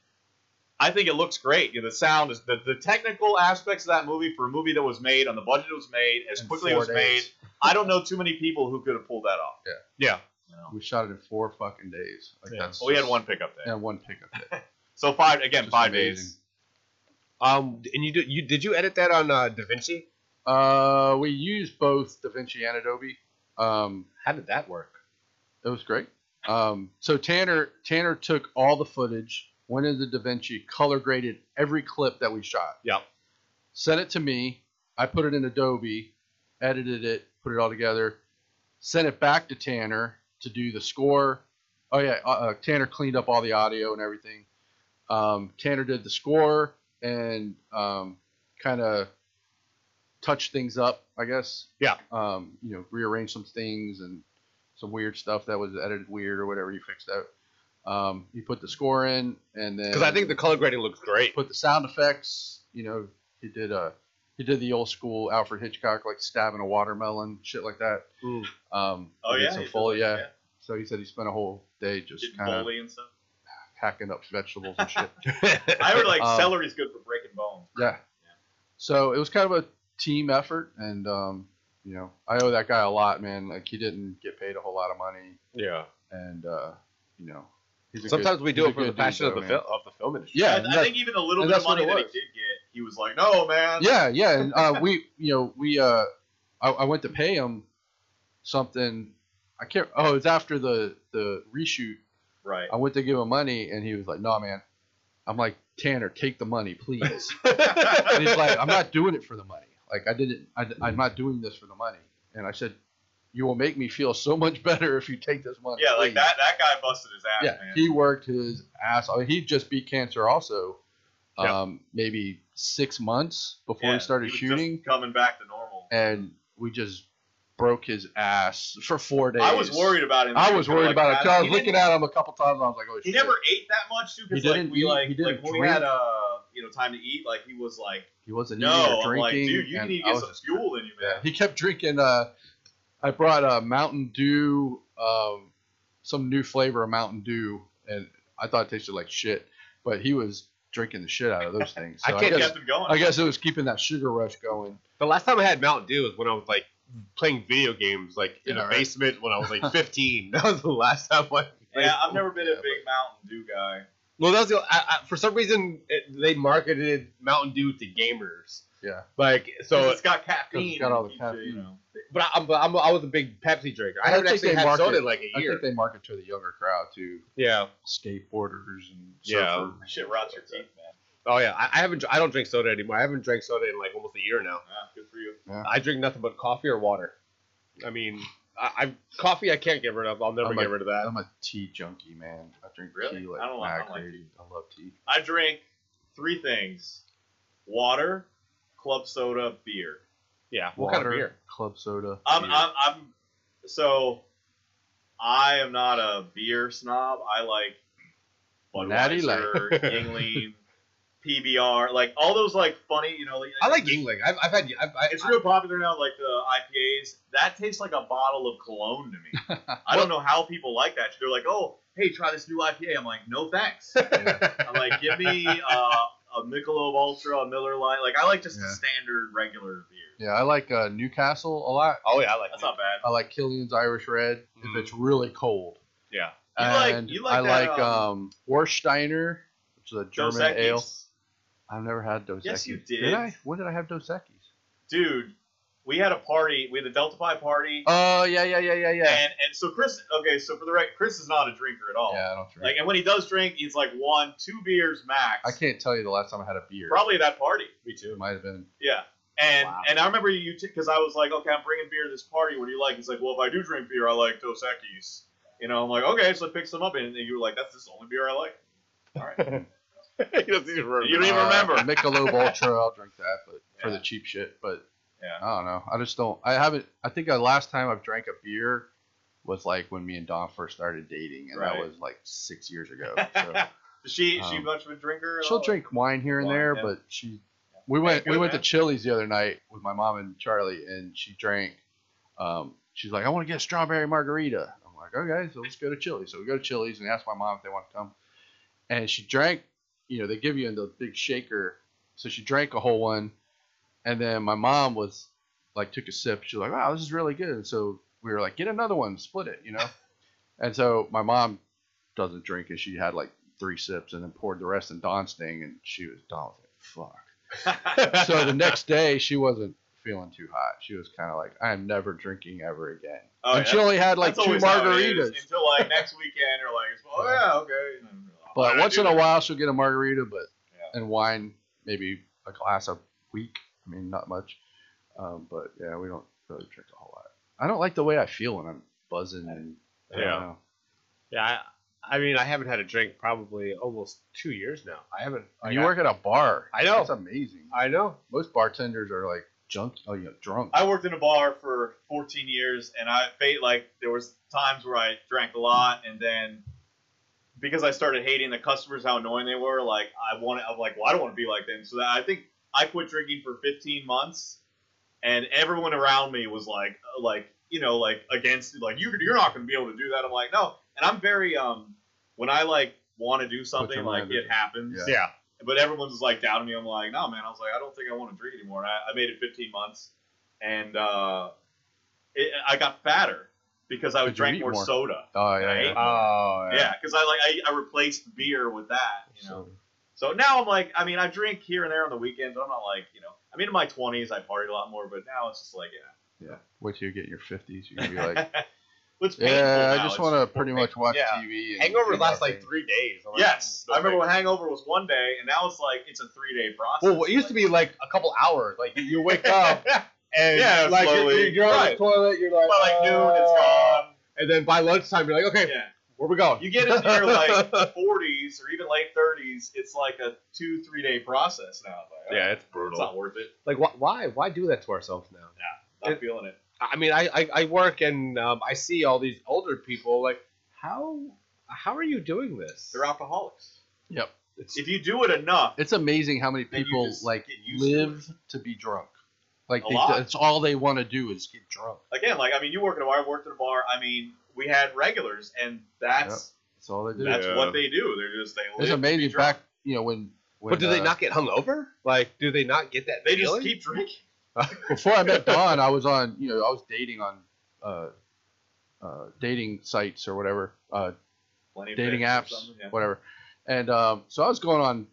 I think it looks great. You know, the sound is the, the technical aspects of that movie for a movie that was made on the budget it was made as
In
quickly it
four
was
days.
made. I don't know too many people who could have pulled that off.
Yeah.
you know.
We shot it in four fucking days. Like
Yeah.
that's
Well, we had
just-
one pickup day,
and one pickup day.
so five again
Just
five days.
amazing.
Um, and you did you did you edit that on uh, DaVinci?
Uh, we used both DaVinci and Adobe. Um,
How did that work?
it was great. Um, so Tanner Tanner took all the footage, went into DaVinci, color graded every clip that we shot.
Yep.
Sent it to me. I put it in Adobe, edited it, put it all together, sent it back to Tanner to do the score. Oh yeah, uh, uh, Tanner cleaned up all the audio and everything. Um, Tanner did the score and um, kind of touched things up, I guess.
Yeah.
Um, you know, rearranged some things and some weird stuff that was edited weird or whatever. He fixed out. Um, he put the score in, and then
Because I think the color grading looks great.
put the sound effects. You know, he did uh he did the old school Alfred Hitchcock like stabbing a watermelon, shit like that.
Mm.
Um,
Oh
he did
yeah,
some
you did
Foley,
like-
yeah. So he said he spent a whole day just
Did
kind of
Foley and stuff.
hacking up vegetables and shit.
I heard like
Um,
celery's good for breaking bones.
Yeah. So it was kind of a team effort, and um, you know, I owe that guy a lot, man. Like he didn't get paid a whole lot of money,
yeah.
and uh, you know, he's a good-
Sometimes we do
he's a
it for the
good dude,
passion of
though,
the
man.
film of the film industry.
Yeah,
I-
and
I,
that-
think even the little
and
bit of
that's what
money
it
that he
was.
did get, he was like, "No, man."
yeah, yeah, and uh, we, you know, we, uh, I, I went to pay him something. I can't. Oh, it's after the the reshoot.
Right.
I went to give him money, and he was like, "No, man." I'm like, Tanner, take the money, please. and he's like, I'm not doing it for the money. Like I didn't. I, I'm not doing this for the money. And I said, you will make me feel so much better if you take this money.
Yeah, like
please."
that. That guy busted his ass,
Yeah,
man.
he worked his ass off. He just beat cancer also.
Yeah.
Um, maybe six months before
Yeah,
he started
was just
shooting,
coming back to normal.
and we just broke his ass for four days.
I was worried about him.
I
too,
was
'cause,
worried
like,
about it. 'cause I
he
was looking
didn't-
at him a couple times. and I was like, oh
He
shit.
never ate that much too, because
He
like
didn't
we
eat,
like,
he didn't
like when we
drink.
had uh you know time to eat, like he was like,
He wasn't eating
no,
or
I'm
drinking.
like, dude, you
and
need
I
to get
was
some
just-
fuel in you,
Yeah,
man.
he kept drinking. Uh, I brought a Mountain Dew, um, some new flavor of Mountain Dew, and I thought it tasted like shit, but he was drinking the shit out of those things.
I
So I,
can't
guess,
kept him going.
I guess it was keeping that sugar rush going.
The last time I had Mountain Dew was when I was like playing video games, like in
Yeah,
a
right.
basement when I was like 15. that was the last time I.
yeah, I've never been a
Yeah,
big Mountain Dew guy.
Well, that's the, I, I, for some reason it, they marketed Mountain Dew to gamers.
Yeah.
Like
So
so,
it's got caffeine.
it's got
and
all
it
the
keeps you, you
caffeine.
know.
but I, but I'm, I was a big Pepsi drinker. I,
I
haven't
think
actually
they
had soda
market-
in like a
I
year.
think they market to the younger crowd too,
yeah.
skateboarders and
Yeah.
surfers and
Shit
stuff
rots your
like
teeth,
that.
man.
Oh yeah. I, I haven't. I don't drink soda anymore. I haven't drank soda in like almost a year now.
Ah, good for you.
I drink nothing but coffee or water. I mean, I, I coffee I can't get rid of. I'll never
I'm
get
like-
rid of that.
I'm a tea junkie, man. I drink
Really?
tea like
I don't like- I
mad
don't like
crazy. I love tea.
I drink three things: water, club soda, beer.
Yeah. What kind of
Water,
beer?
Club soda.
I'm,
Beer.
I'm, I'm, so I am not a beer snob. I like
Natty Light.
Budweiser, Yingling, PBR, like all those like funny, you know. Like,
I like Yingling. I've, I've had. I've, I,
It's real popular now, like the IPAs. That tastes like a bottle of cologne to me. I don't know how people like that. They're like, oh, hey, try this new IPA. I'm like, no thanks. I'm like, give me uh, a Michelob Ultra, a Miller Lite. Like, I like just the
Yeah.
standard regular beer.
Yeah, Uh, I like uh, Newcastle a lot.
oh yeah, I like.
That's not bad.
I like Killian's Irish Red
Mm.
if it's really cold.
Yeah. Mm-hmm. You like-
And
you like
I
that,
like
um,
um, Warsteiner, which is a German
Dos Equis.
ale. I've never had Dos
Yes,
Equis.
you did.
Did I? When did I have Dos Equis?
Dude, we had a party. We had a Delta Pi party.
Oh yeah, yeah, yeah, yeah, yeah.
And, and so Chris, okay, so for the right, Chris is not a drinker at all.
Yeah, I don't drink.
Like, and when he does drink, he's like one, two beers max.
I can't tell you the last time I had a beer.
Probably at that party.
Me
It
too.
might have been.
Yeah. And
Wow.
and I remember you because I was like, okay, I'm bringing beer to this party. What do you like? He's like, well, if I do drink beer, I like Dos Equis. You know, I'm like, okay, so I picked some up, and you were like, that's just the only beer I like. All right.
he doesn't even remember.
You don't even remember.
Uh, Michelob Ultra, I'll drink that, but for
Yeah.
the cheap shit. But
Yeah.
I don't know. I just don't. I haven't. I think the last time I've drank a beer was like when me and Don first started dating, and
Right.
that was like six years ago. So
Does she she
Um,
much of a drinker? at
she'll
all?
drink wine here and
Wine,
there,
yeah.
but she. We went.
good,
we went
man.
to Chili's the other night with my mom and Charlie, and she drank. Um, she's like, I want to get a strawberry margarita. I'm like, okay, so let's go to Chili's. So we go to Chili's and ask my mom if they want to come, and she drank. You know, they give you in the big shaker, so she drank a whole one, and then my mom was like, took a sip. She's like, wow, this is really good. And so we were like, get another one, split it, you know. and so my mom doesn't drink, and she had like three sips and then poured the rest in Don's thing, and she was Don was like, fuck so the next day she wasn't feeling too hot. She was kind of like, I am never drinking ever again.
Oh,
and
yeah.
she only had like
That's
two
always how it is,
margaritas.
until like next weekend. You're like, oh yeah, okay. And then, oh,
But
yeah,
once
dude.
in a while she'll get a margarita, but
Yeah.
and wine maybe a glass a week. I mean, not much. Um, but yeah, we don't really drink a whole lot. I don't like the way I feel when I'm buzzing and I don't
Yeah.
know.
Yeah, I, I mean, I haven't had a drink probably almost two years now. I haven't.
And you
I,
work at a bar.
I know.
That's amazing.
I know.
Most bartenders are like junk. Oh, you know, drunk.
I worked in a bar for 14 years, and I fate like there was times where I drank a lot, and then because I started hating the customers how annoying they were, like I wanted, I'm like, well, I don't want to be like them. So that, I think I quit drinking for 15 months, and everyone around me was like, uh, like you know, like against, like you, you're not going to be able to do that. I'm like, no, and I'm very um when I like want to do something,
your
like
mind at
it happens
Yeah.
Yeah.
but everyone's just like doubting me. I'm like, no, man. I was like, I don't think I want to drink anymore. And I, I made it 15 months, and uh, it, I got fatter because I
But you
drank
eat
more,
more.
soda.
Oh yeah.
Right?
yeah.
Oh
Yeah, because I like I, I replaced beer with that. You know.
So-
So, now I'm like, I mean, I drink here and there on the weekends. I'm not like, you know, I mean, in my 20s I partied a lot more, but now it's just like, yeah.
Yeah. Wait till you get in your fifties. You're gonna be like,
What's painful
yeah,
now
I just
is-
want to pretty much watch
Yeah.
TV. And
Hangovers
do
last
nothing.
like three days. I'm like,
Yes,
"Mm,
I remember
okay."
when hangover was one day, and now it's like it's a three-day process.
Well, it used to be like a couple hours. Like you wake up and
Yeah,
like you're-
slowly.
you're, you're on the
Right.
toilet. You're
by
like,
like noon, it's
"Uh,"
gone.
And then by lunchtime, you're like, okay,
Yeah.
where we going?
You get into your like 40s or even late 30s, it's like a two, three day process now. It's like, oh,
it's
it's not worth it.
Like, wh- why? Why do that to ourselves now?
Not
It-
feeling it.
I mean, I, I, I work and um, I see all these older people. Like, how how are you doing this?
They're alcoholics.
Yep.
It's,
If you do it enough,
It's amazing how many
Then you
people
just
like
get used to
live to, be drunk. Like
A
they,
lot.
that's all they want to do is get drunk.
again, like I mean, you work at a bar, I worked at a bar. I mean, we had regulars, and that's
That's all they do.
that's
Yeah.
what they do. They're just they live.
it's
to be
amazing.
drunk.
Back, you know, when, when
but do they
uh,
not get hungover? Like, do they not get that?
They just
feeling?
keep drinking.
before I met Dawn, I was on, you know, I was dating on uh, uh, dating sites or whatever, uh,
Plenty of
dating
pics or
apps,
something, yeah.
whatever. And um, so I was going on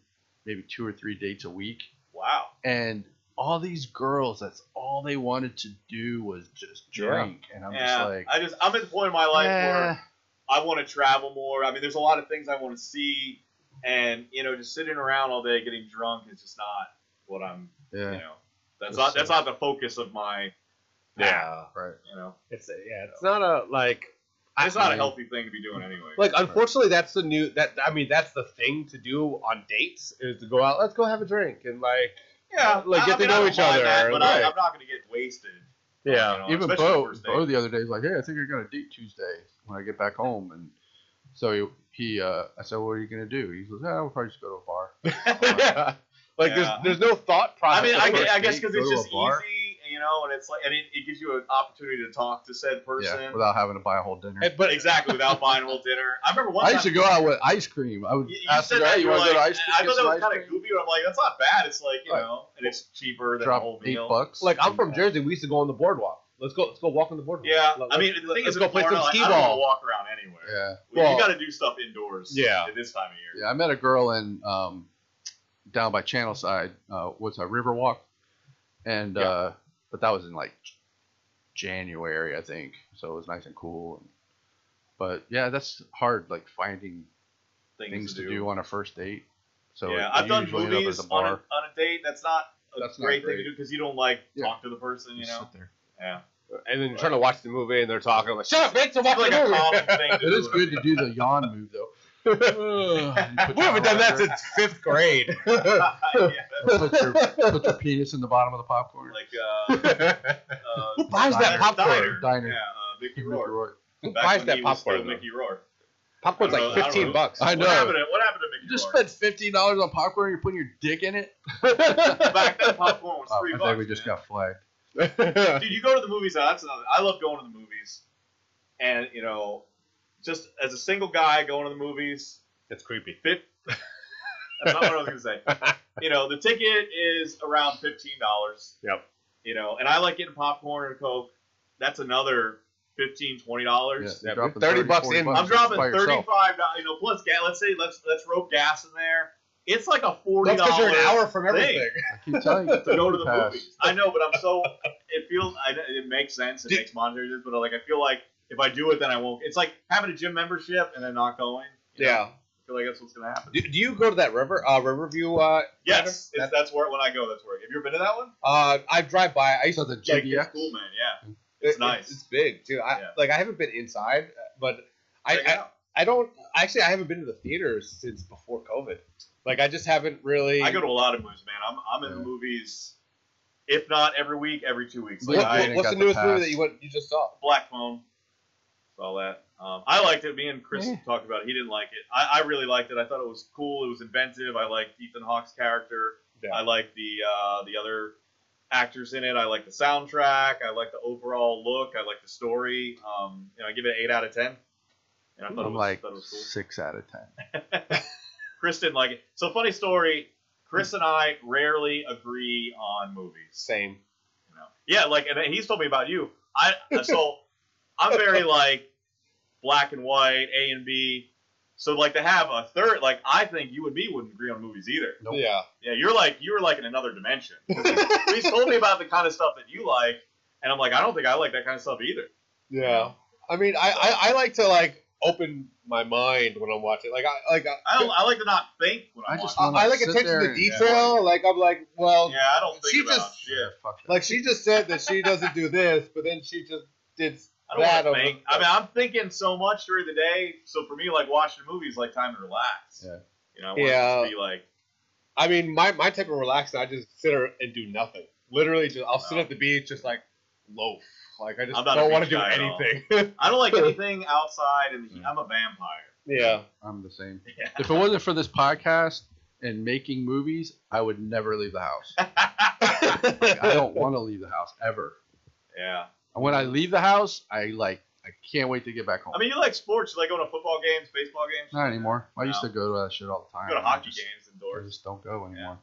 maybe two or three dates a week,
Wow.
and all these girls, that's all they wanted to do was just
Yeah.
drink, and I'm
yeah,
just like,
I just I'm at the point in my life where
"Eh."
I want to travel more. I mean, there's a lot of things I want to see, and you know, just sitting around all day getting drunk is just not what I'm.
Yeah.
You know, that's
That's
not that's
so-
not the focus of my. path,
Yeah,
Right.
you know,
it's yeah, it's not a like. I-
it's not a
mean-
healthy thing to be doing anyway.
Like, unfortunately, that's the new that I mean, that's the thing to do on dates is to go out. Let's go have a drink and like
Yeah,
Like,
I-
get
I
to
mean,
know
I don't
each
mind
other,
That, but
right.
I, I'm not gonna get wasted.
Yeah.
you know,
Even
especially
Bo,
first date.
Bo the other day was like, "Hey, I think you're gonna date Tuesday when I get back home." And so he, he uh, I said, "What are you gonna do?" He goes, "Ah, we'll probably just go to a bar."
yeah. Like
Yeah.
there's there's no thought
I
process.
mean, I,
of
gue-
first
I guess
date,
because
go
it's
to a
just
bar.
easy, you know, and it's like, and it, it gives you an opportunity to talk to said person.
Yeah, without having to buy a whole dinner.
And-
but exactly, without buying a whole dinner. I remember one
I
time
used to go out with ice cream. I would
you, you
ask
said
the guy,
that
"You
you were
want to
like,
go to ice
and
cream?"
I
get
thought that
some
was
ice
kind of
cream?"
goofy, but I'm like, that's not bad. It's like you
Right.
know, and it's cheaper than a
Drop
whole
eight
meal.
bucks.
Like I'm from
and-
Jersey, we used to go on the boardwalk. Let's go. Let's go walk on the boardwalk.
Yeah,
Let-
I mean,
let's-
the thing
let's
is,
go
in
play
Florida,
some
like,
skee
I don't wanna
ball.
walk around anywhere.
Yeah.
We-
Well-
you got to do stuff indoors.
Yeah.
at this time of year.
Yeah, I met a girl in um, down by Channelside. Uh, what's that Riverwalk? And
Yeah.
uh, but that was in like January, I think. So it was nice and cool. And, but yeah, that's hard, like finding
Things,
things to do on a first date. So
yeah,
it-
I've
you
done
usually end up at
movies
the
on a,
bar.
on a date. That's not a
That's not
great,
great.
thing to do because you don't like
Yeah.
talk to the person. You
Just
know,
sit there.
yeah,
and then you're trying to watch the movie, and they're talking. I'm like, shut up, Vince! I'm
it's
watching
like
the
a
movie.
common thing. To
It
do
is
in a
good to do the yawn move though.
We
we
haven't done that since fifth grade.
yeah,
put, your, put your penis in the bottom of the popcorn.
like uh, uh,
Who buys that
Diner-
popcorn?
Diner,
Diner.
yeah, uh, Mickey
Mickey
Rourke.
Rourke.
Who
buys that popcorn, though?
Mickey Rourke.
Popcorn's
I don't
like
know, I don't
fifteen
know.
bucks.
I
What
know.
happened? To, what happened to Mickey
You just
Rourke?
spent fifteen dollars on popcorn. You're putting your dick in it.
Back then, popcorn was
Oh,
three
I
bucks.
think we just
man.
got flagged.
Dude, you go to the movies. uh, That's another. I love going to the movies, and you know, just as a single guy going to the movies,
That's creepy.
Fif- That's not what I was gonna say. You know, the ticket is around fifteen dollars.
Yep.
You know, and I like getting popcorn and coke. That's another fifteen, twenty dollars.
Yeah,
You're dropping
30 bucks
40
in.
I'm
just
dropping
by
thirty
yourself.
five dollars. You know, plus gas. Let's say let's let's rope gas in there. It's like a forty
That's because
dollars
you're an hour from everything.
I keep telling you,
to go to the
pass.
movies. I know, but I'm so it feels I, it makes sense. It
Did-
makes monetary sense, but like I feel like if I do it, then I won't. It's like having a gym membership and then not going. you know?
Yeah.
I feel like that's what's gonna happen.
Do, do you go to that river, uh, Riverview? Uh,
Yes,
That-
it's, that's where when I go, that's where. Have you ever been to that one?
uh, I drive by. I used
So
to
the
Like,
JDX.
it's cool, man. Yeah, it's
it-
nice.
It's big too. I
Yeah.
like. I haven't been inside, uh, but I,
Check it
I
out.
I don't actually. I haven't been to the theaters since before COVID. Like I just haven't really.
I go to a lot of movies, man. I'm I'm in
Yeah.
the movies, if not every week, every two weeks.
What, what-
Blade
Like I
Runner.
what's
got
the
the
newest movie
pass.
that you went, you just saw?
Black Phone, all that. Um, I liked it. Me and Chris
Yeah.
talked about it. He didn't like it. I, I really liked it. I thought it was cool. It was inventive. I liked Ethan Hawke's character.
Yeah.
I liked the uh, the other actors in it. I liked the soundtrack. I liked the overall look. I liked the story. Um, you know, I give it an eight out of ten. And I thought, it
I'm
was,
like
thought it was cool.
six out of ten.
Chris didn't like it. So funny story. Chris and I rarely agree on movies.
Same.
You know? Yeah, like and then he's told me about you. I so I'm very like black and white, A and B. So like to have a third, like I think you and me wouldn't agree on movies either.
Nope.
Yeah.
Yeah, you're like you were like in another dimension. he's told me about the kind of stuff that you like, and I'm like I don't think I like that kind of stuff either.
Yeah. I mean, I, I, I like to like open my mind when I'm watching. Like I like I,
I don't. I like to not think when I'm
I just
I,
watching.
wanna
I like
sit
attention
there
to
and-
detail. Like I'm like, well,
Yeah, I don't think
She
about
just-
shit.
Fuck that.
like she just said that she doesn't do this, but then she just did
I
that.
don't want to
over-
think. I mean, I'm thinking so much during the day. So for me, like watching movies, like time to relax.
Yeah.
You know, I want
Yeah.
to just be like,
I mean, my, my type of relaxing, I just sit there and do nothing. Literally, just I'll sit
Wow.
at the beach, just like loaf. Like I just
I'm not a
don't
beach
want to do
guy at all.
anything.
I don't like anything outside,
Mm.
and I'm a vampire.
yeah.
I'm the same.
Yeah.
If it wasn't for this podcast and making movies, I would never leave the house. Like, I don't want to leave the house ever.
yeah.
And when I leave the house, I like I can't wait to get back home.
I mean, you like sports. You like going to football games, baseball games.
Not anymore. I used
No.
to go to that shit all the time.
You go to
and I
hockey
just-
games
I
indoors.
just don't go anymore.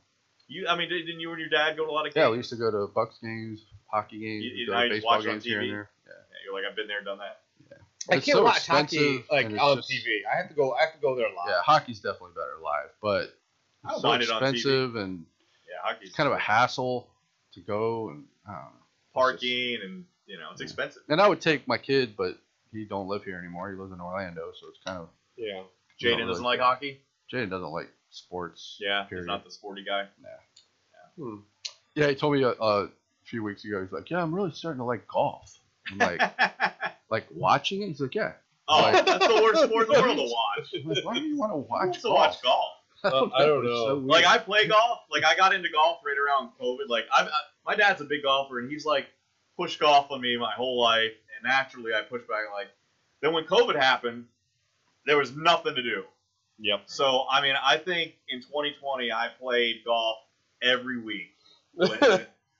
You, I mean, did- didn't you and your dad go to a lot of games?
Yeah, we used to go to Bucks games, hockey games,
You- you-
we'd go
now
to
you just
baseball
watch it on
games here and
TV?
there. Yeah.
Yeah, you're like, I've been there, done that.
I
It's
can't
so
watch hockey
expensive,
like
and it's
on
just-
TV. I have to go. I have to go there live.
Yeah, hockey's definitely better live, but
I don't
it's so
mind it on TV.
expensive and
Yeah, hockey's
it's kind of a hassle to go and I don't know.
parking, and you know, it's
Yeah.
expensive.
And I would take my kid, but he don't live here anymore. He lives in Orlando, so it's kind of
Yeah.
Not
Jaden
really.
doesn't like hockey.
Jaden doesn't like sports.
Yeah, he's
Period.
not the sporty guy.
Hmm.
Yeah, he told me a, a few weeks ago. He's like, "Yeah, I'm really starting to like golf." I'm like, like watching it. He's like, "Yeah."
oh,
Like-
that's the worst sport in the world to watch.
I'm like, Why do you want to
Who
watch
wants to
golf?
watch golf?
Uh, I don't
It's so
know.
weird.
Like I play golf. Like I got into golf right around COVID. Like I'm, I, my dad's a big golfer, and he's like pushed golf on me my whole life, and naturally I pushed back. Like then when COVID happened, there was nothing to do.
Yep.
So I mean, I think in 2020 I played golf every week,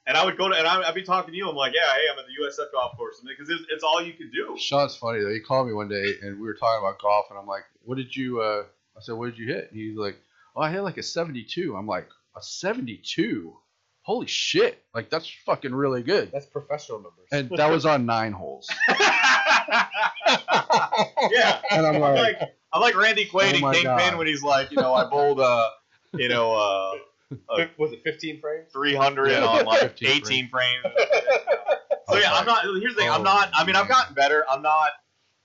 and I would go to and I- I'd be talking to you. I'm like, yeah, hey, I'm at the USF golf course because it's, it's all you could do.
Sean's funny though. He called me one day and we were talking about golf, and I'm like, "What did you?" Uh, I said, "What did you hit?" And he's like, "Oh, I hit like a 72." I'm like, "A 72? Holy shit! Like that's fucking really good."
That's professional numbers.
And that was on nine holes.
yeah,
And I'm
I'm
like,
like I like Randy Quaid
Oh
in
my
Kingpin
God.
when he's like, you know, I bowled, uh, you know, uh, uh,
was it 15 frames?
300
Yeah,
on like
15
18 frames. So "Oh, yeah, I'm not. Here's the thing. I'm
Oh,
not. I mean, I've
man.
gotten better. I'm not.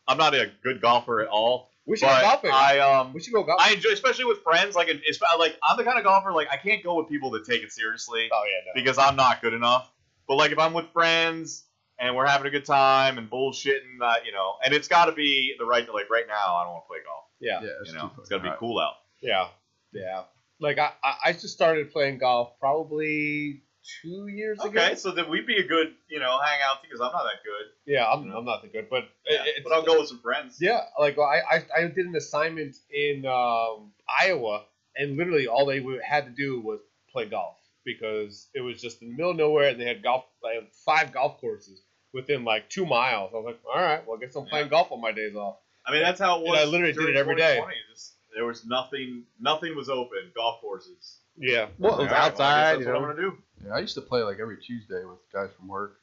I'm not a good golfer at all.
We should
But
go golfing.
I um.
we should go golfing.
I enjoy, especially with friends. Like, it's, like I'm the kind of golfer like I can't go with people that take it seriously
oh yeah,
because I'm not good enough. But like if I'm with friends and we're having a good time and bullshitting, uh, you know, and it's got to be the right. Like right now, I don't want to play golf.
yeah,
yeah, it's
you know,
too
it's got to be
fucking
cool out.
yeah, yeah. Like I, I, I just started playing golf probably two years ago.
Okay, so then we'd be a good, you know, hangout because I'm not that good.
Yeah, I'm, I'm not that good, but
Yeah,
it, it's,
but I'll go with some friends.
Yeah, like well, I, I I did an assignment in um, Iowa, and literally all they would- had to do was play golf because it was just in the middle of nowhere, and they had golf they had five golf courses within like two miles. I was like, all right, well, I guess I'm playing golf on my days off.
I mean that's how it was.
And I literally did
during
it every day.
2020, Just, there was nothing. Nothing was open. Golf courses.
Yeah,
All
well, it was
right, well, I guess
outside.
that's
you
what I'm
know.
gonna do.
Yeah, I used to play like every Tuesday with guys from work.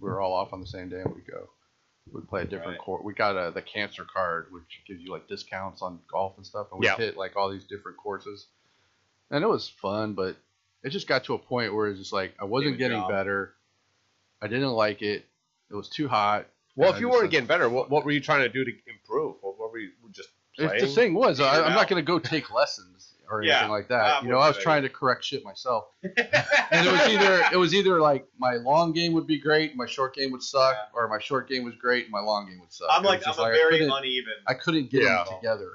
We were all off on the same day, and we go. We would play a different
Right.
course. We got uh the cancer card, which gives you like discounts on golf and stuff, and we
Yeah.
hit like all these different courses. And it was fun, but it just got to a point where it's just like I wasn't
a
getting
job.
better. I didn't like it. It was too hot.
Well,
I
if you
just
weren't
said-
getting better, what, what were you trying to do to improve? What, what were you just
If
playing?
the thing was, I,
Figure it
I'm
out.
not going to go take lessons or
Yeah,
anything like
that
that. you know,
would
I was
be-
trying to correct shit myself. and it was either it was either like my long game would be great, my short game would suck,
Yeah.
or my short game was great, and my long game would suck.
I'm
It was
like I'm
just
a
I
very
couldn't,
uneven.
I couldn't get
Yeah.
them together,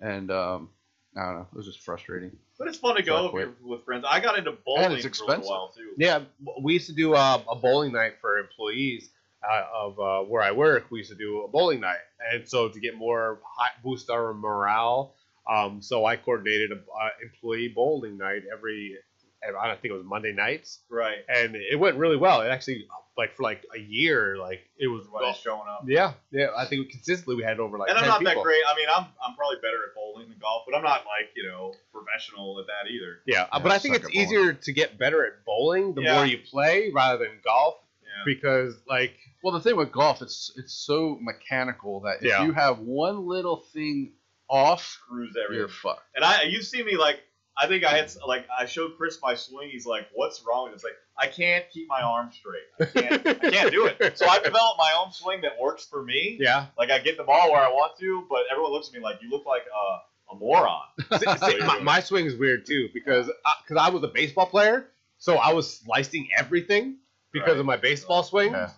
and um, I don't know, it was just frustrating.
But it's fun to go if
quit.
you're with friends. I got into bowling
And it's expensive.
for a little while too.
Yeah, we used to do uh, a bowling night for employees uh, of uh, where I work. We used to do a bowling night, and so to get more high, boost our morale, um, so I coordinated a uh, employee bowling night every. I don't think it was Monday nights,
Right.
and it went really well. It actually like for like a year, like it was.
Everybody's showing up.
Yeah, yeah. I think consistently we had over like.
and I'm
10
not
people.
that great. I mean, I'm I'm probably better at bowling than golf, but I'm not like you know professional at that either.
Yeah, uh,
Yeah,
but I think
suck
it's
at bowling.
easier to get better at bowling the
Yeah.
more you play rather than golf
Yeah.
because like
Well, the thing with golf, it's it's so mechanical that if
Yeah.
you have one little thing off,
Screws
you're
everything.
fucked.
And I, you see me like, I think I had s- like I showed Chris my swing. He's like, "What's wrong?" It's like I can't keep my arm straight. I can't, I can't do it. So I developed my own swing that works for me.
yeah.
Like I get the ball where I want to, but everyone looks at me like, "You look like a, a moron."
See, see, my, my swing is weird too because because I was a baseball player, so I was slicing everything because of my baseball swing.
Yeah.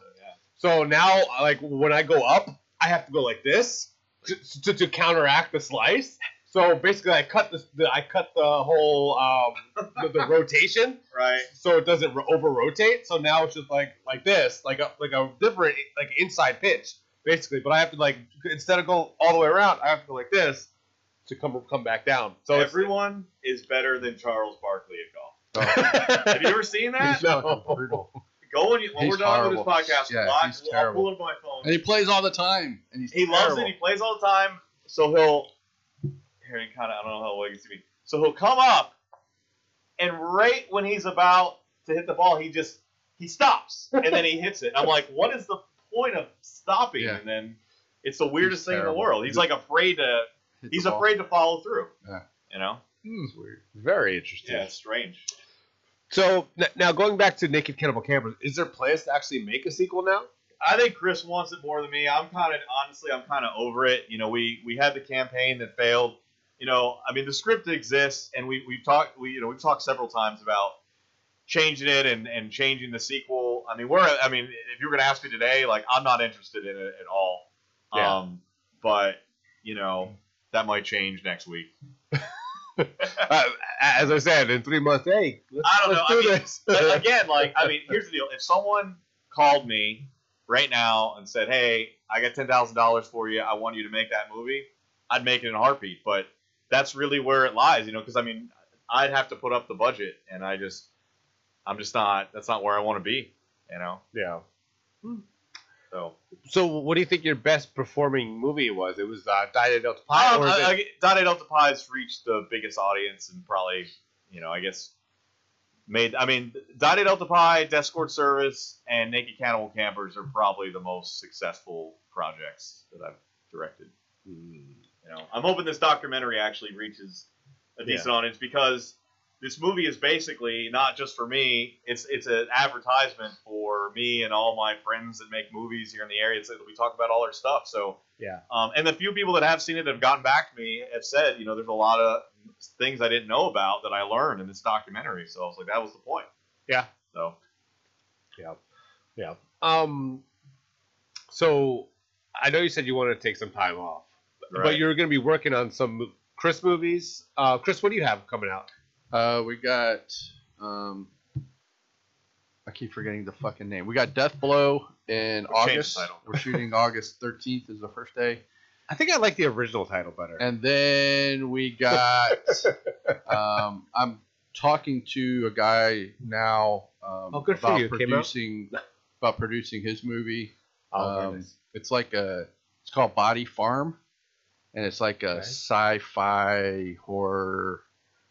So now, like when I go up, I have to go like this to, to, to counteract the slice. So basically, I cut this, the I cut the whole um, the, the rotation
Right.
so it doesn't ro- over rotate. So now it's just like like this, like a like a different like inside pitch basically. But I have to like instead of go all the way around, I have to go like this to come come back down. So
So
it's-
everyone is better than Charles Barkley at golf.
yeah,
Have you ever seen that?
Oh. He's fucking brutal.
Go when, you, when we're
He's
done
horrible.
with this podcast,
Yeah,
watch.
he's
I'll pull
terrible.
it up on my phone.
And he plays all the time, and he's
He loves it.
terrible.
He plays all the time. So he'll here he kind of I don't know how well he can see me. So he'll come up, and right when he's about to hit the ball, he just he stops and then he hits it. And I'm like, what is the point of stopping?
Yeah.
And then it's the weirdest
He's
thing in the
terrible.
world. He's like afraid to.
Hit the
He's
ball.
afraid to follow through.
Yeah.
You know.
It's Hmm. weird.
very interesting.
Yeah. It's strange.
So n- now going back to Naked Cannibal Cameras, is there plans to actually make a sequel now?
I think Chris wants it more than me. I'm kind of honestly, I'm kind of over it. You know, we we had the campaign that failed. You know, I mean, the script exists, and we we've talked, we you know, we've talked several times about changing it and and changing the sequel. I mean, we're, I mean, if you were gonna ask me today, like, I'm not interested in it at all.
Yeah.
Um, but you know, that might change next week.
Uh, as I said, in three months, hey, let's,
I don't
let's
know,
do
I mean,
this.
But again, like I mean, here's the deal: if someone called me right now and said, "Hey, I got ten thousand dollars for you. I want you to make that movie," I'd make it in a heartbeat. But that's really where it lies, you know. Because I mean, I'd have to put up the budget, and I just, I'm just not. That's not where I want to be, you know.
yeah.
So
So, what do you think your best performing movie was? It was uh, Diet Delta Pie.
I
Or
don't,
is
Um, I,
it-
I, Donnie Delta Pies reached the biggest audience and probably, you know, I guess made. I mean, Donnie Delta Pie, Death Squad Service, and Naked Cannibal Campers are probably the most successful projects that I've directed.
Hmm.
You know, I'm hoping this documentary actually reaches a decent audience because this movie is basically not just for me. It's it's an advertisement for me and all my friends that make movies here in the area. It's, we talk about all our stuff, so
Yeah.
Um, and the few people that have seen it that have gotten back to me have said, you know, there's a lot of things I didn't know about that I learned in this documentary. So I was like, that was the point.
Yeah.
So
Yeah, yeah. Um, so I know you said you wanted to take some time off, but
right.
you're going to be working on some mo- Chris movies. Uh, Chris, what do you have coming out?
Uh, we got. Um, I keep forgetting the fucking name. We got Death Blow in
We'll change
August.
the title.
We're shooting August 13th is the first day,
I think I like the original title better.
and then we got. um, I'm talking to a guy now um,
Oh, good for
about
you. It came out?
producing about producing his movie.
Oh, very
um,
nice.
It's like a. It's called Body Farm, and it's like a
Okay.
sci-fi horror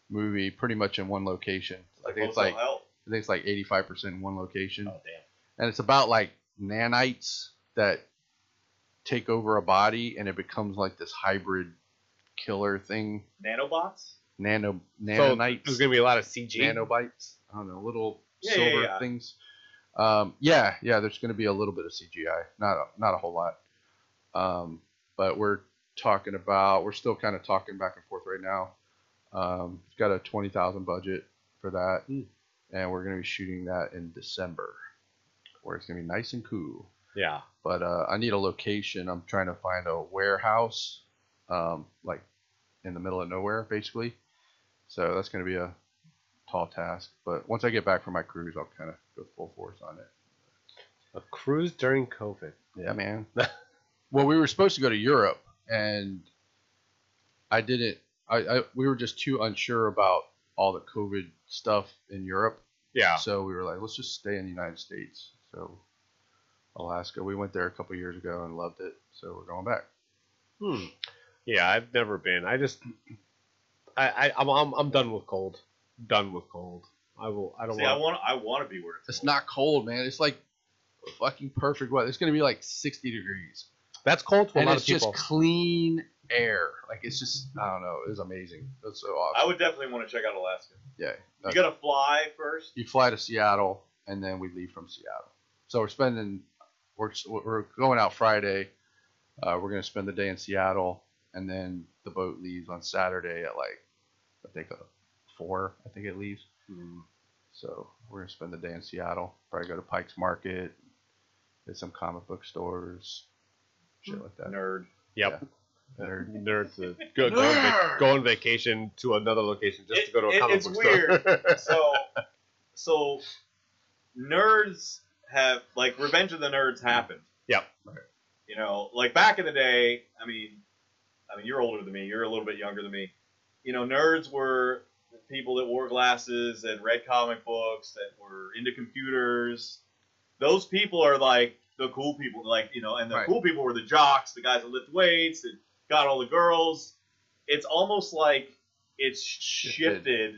movie, pretty much in one location. I think it's
Hotel
like
Hell.
I think it's like 85% in one location.
Oh damn.
And it's about like nanites that take over a body and it becomes like this hybrid killer thing.
Nanobots.
Nano
so
nanonites,
there's going to be a lot of CG.
nanobites, I don't know, little
Yeah, yeah,
silver
yeah.
things. Um, yeah, yeah, there's going to be a little bit of CGI, not a, not a whole lot. Um, but we're talking about we're still kind of talking back and forth right now. Um, it's got a 20,000 budget for that.
Hmm.
Mm.
And we're going to be shooting that in December where it's going to be nice and cool.
yeah.
But uh, I need a location. I'm trying to find a warehouse, um, like in the middle of nowhere, basically. So that's going to be a tall task. But once I get back from my cruise, I'll kind of go full force on it.
A cruise during COVID.
Yeah, man. well, we were supposed to go to Europe, and I didn't. I, I we were just too unsure about all the COVID stuff in Europe,
Yeah.
so we were like, let's just stay in the United States. So, Alaska, we went there a couple years ago and loved it, so we're going back.
Hmm. Yeah, I've never been. I just, I, I I'm, I'm, I'm done with cold. Done with cold. I will. I don't
See, I
want.
want I want to be where it's.
It's
cold.
not cold, man. It's like fucking perfect weather. It's gonna be like 60 degrees,
That's cold to a
and
lot
it's
of
just
people.
clean air. Like it's just, I don't know. It was amazing. That's so awesome.
I would definitely want to check out Alaska.
yeah.
You gotta fly first.
you fly to Seattle, and then we leave from Seattle. So we're spending, we're, we're going out Friday. Uh, we're going to spend the day in Seattle, and then the boat leaves on Saturday at like, I think, uh, four, I think it leaves.
Hmm.
So we're going to spend the day in Seattle. Probably go to Pike's Market, hit some comic book stores, shit like that.
Nerd.
Yep.
Nerd.
Nerds that go, go, on vac- go on vacation to another location just
It-
to go to a
it-
comic
it's
book store.
weird. So, so nerds have like Revenge of the Nerds happened.
Yep.
You know, like back in the day. I mean, I mean, you're older than me. You're a little bit younger than me. You know, nerds were people that wore glasses and read comic books that were into computers. Those people are like the cool people, like you know, and the
Right.
cool people were the jocks, the guys that lift weights, that got all the girls. It's almost like it's
Shifted.
shifted,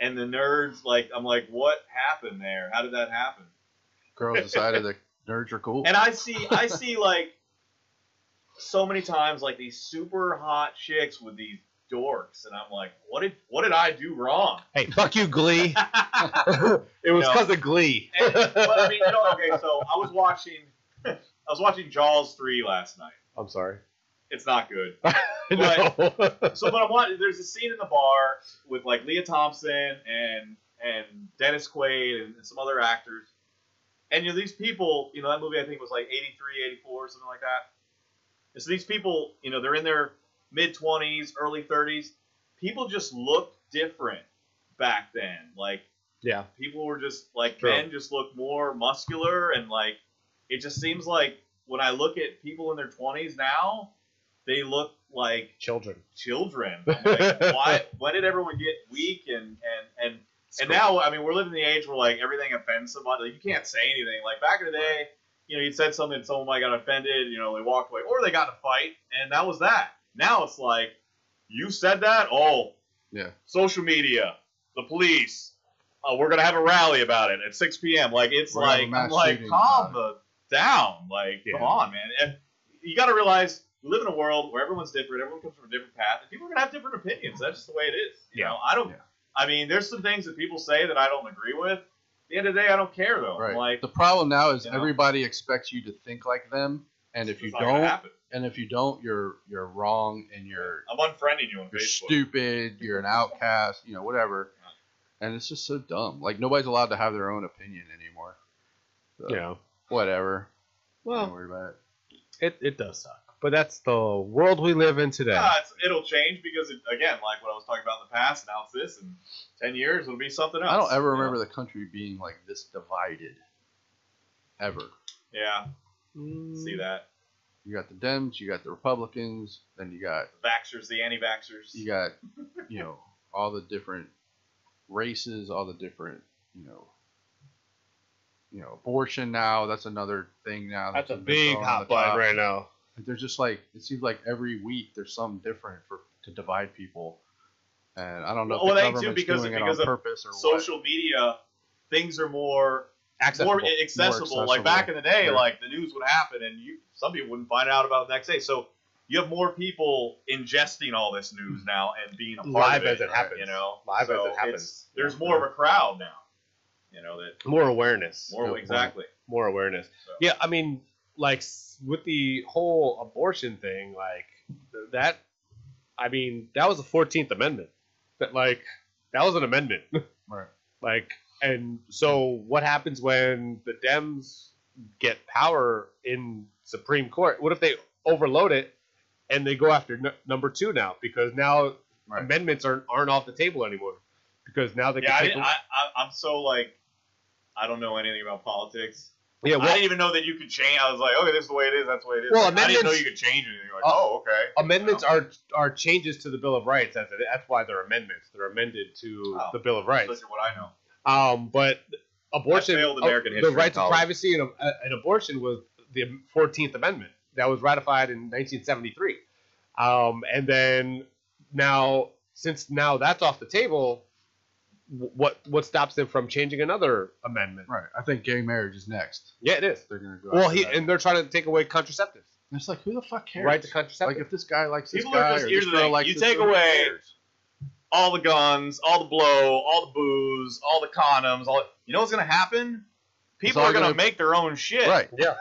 and the nerds like I'm like, what happened there? How did that happen?
Girls decided the nerds are cool.
And I see, I see like so many times like these super hot chicks with these dorks, and I'm like, what did what did I do wrong?
hey, fuck you, Glee.
and,
it was
No.
because of Glee.
but I mean, you know, okay, so I was watching, I was watching Jaws three last night.
I'm sorry.
It's not good.
No.
so but I want there's a scene in the bar with like Leah Thompson and and Dennis Quaid and some other actors. And you know these people, you know that movie I think was like 83, 84, something like that. And so these people, you know, they're in their mid 20s, early 30s people just looked different back then. Like
Yeah.
people were just like
True.
Ben just looked more muscular and like it just seems like when I look at people in their twenties now, they look like
Children.
children. I'm like, why why did everyone get weak and and and and now I mean we're living in the age where like everything offends somebody. Like, you can't say anything. Like back in the day, you know, you said something, someone might got offended, you know, they walked away, or they got in a fight, and that was that. Now it's like, you said that, oh,
Yeah.
social media, the police, oh, we're gonna have a rally about it at 6 p.m. Like it's
We're gonna have a
like, I'm
mass
like,
shooting
calm the down. Like, come
Yeah.
on, man. And you got to realize we live in a world where everyone's different. Everyone comes from a different path, and people are gonna have different opinions. That's just the way it is. You
Yeah.
know, I don't.
Yeah.
I mean, there's some things that people say that I don't agree with. At the end of the day, I don't care though. I'm
Right.
like,
the problem now is
you know?
everybody expects you to think like them, and if
it's
you
not gonna
don't,
happen.
and if you don't, you're you're wrong and you're
I'm unfriending you on
you're
Facebook.
stupid, you're an outcast, you know, whatever. And it's just so dumb. Like nobody's allowed to have their own opinion anymore. So,
Yeah.
Whatever. Don't
Well,
worry about it.
it, it does suck. But that's the world we live in today.
Yeah, it's, it'll change because it, again, like what I was talking about in the past, now it's this, and ten years it'll be something else.
I don't ever
you know?
remember the country being like this divided. Ever.
Yeah,
Mm,
see that.
You got the Dems, you got the Republicans, then you got
The vaxxers, the anti-vaxxers.
you got you know all the different races, all the different you know you know abortion now. That's another thing now.
That's a
been
big
thrown on
hot
the top.
button right now.
Like, There's just like it seems like every week there's something different for to divide people, and I don't know if the
Well, they too,
government's
because-
doing
because
it on
of
purpose or
Social media, things are more
Accessible.
more accessible. Like
accessible.
back in the day,
Right.
like the news would happen, and you some people wouldn't find out about it the next day. So you have more people ingesting all this news now and being a part
Mm. Live
of
as it
right?
happens.
You know,
Live as
So
it happens.
it's- There's more of a crowd now. You know that
More awareness.
more
Good
exactly.
more awareness.
So.
Yeah, I mean, like s- with the whole abortion thing, like th- that. I mean, that was the Fourteenth Amendment. That like that was an amendment.
what. Right.
like, and so what happens when the Dems get power in Supreme Court? What if they overload it and they go after n- number two now because now
Right.
amendments aren't aren't off the table anymore because now they
Yeah, I,
can take
didn't- I, I, I'm so like, I don't know anything about politics.
yeah
I
well,
didn't even know that you could change. I was like, okay, this is the way it is. That's the way it is.
Well,
Like, I didn't know
amendments-
you could change anything. Like,
Uh,
oh, okay.
amendments are are changes to the Bill of Rights. That's it. That's why they're amendments. They're amended to
Oh.
the Bill of
Right.
Rights.
Those are what I know.
Um, but abortion,
I failed American
oh,
history
the right to
college.
privacy and, uh, and abortion was the Fourteenth Amendment that was ratified in 1973. Um, and then now, since now that's off the table, wh- what what stops them from changing another amendment?
Right. I think gay marriage is next.
Yeah, it is.
They're gonna go.
Well,
after
he
that.
and they're trying to take away contraceptives,
And it's like who the fuck cares?
right to
like
contraceptives.
if this guy likes this
People are
guy
just-
or
here's
this
the
girl
thing,
likes
you
this
take
girl, who
away-
cares?
All the guns, all the blow, all the booze, all the condoms. All you know what's gonna happen?
It's
People
all
are gonna,
gonna-
make their own shit.
Right.
Yeah.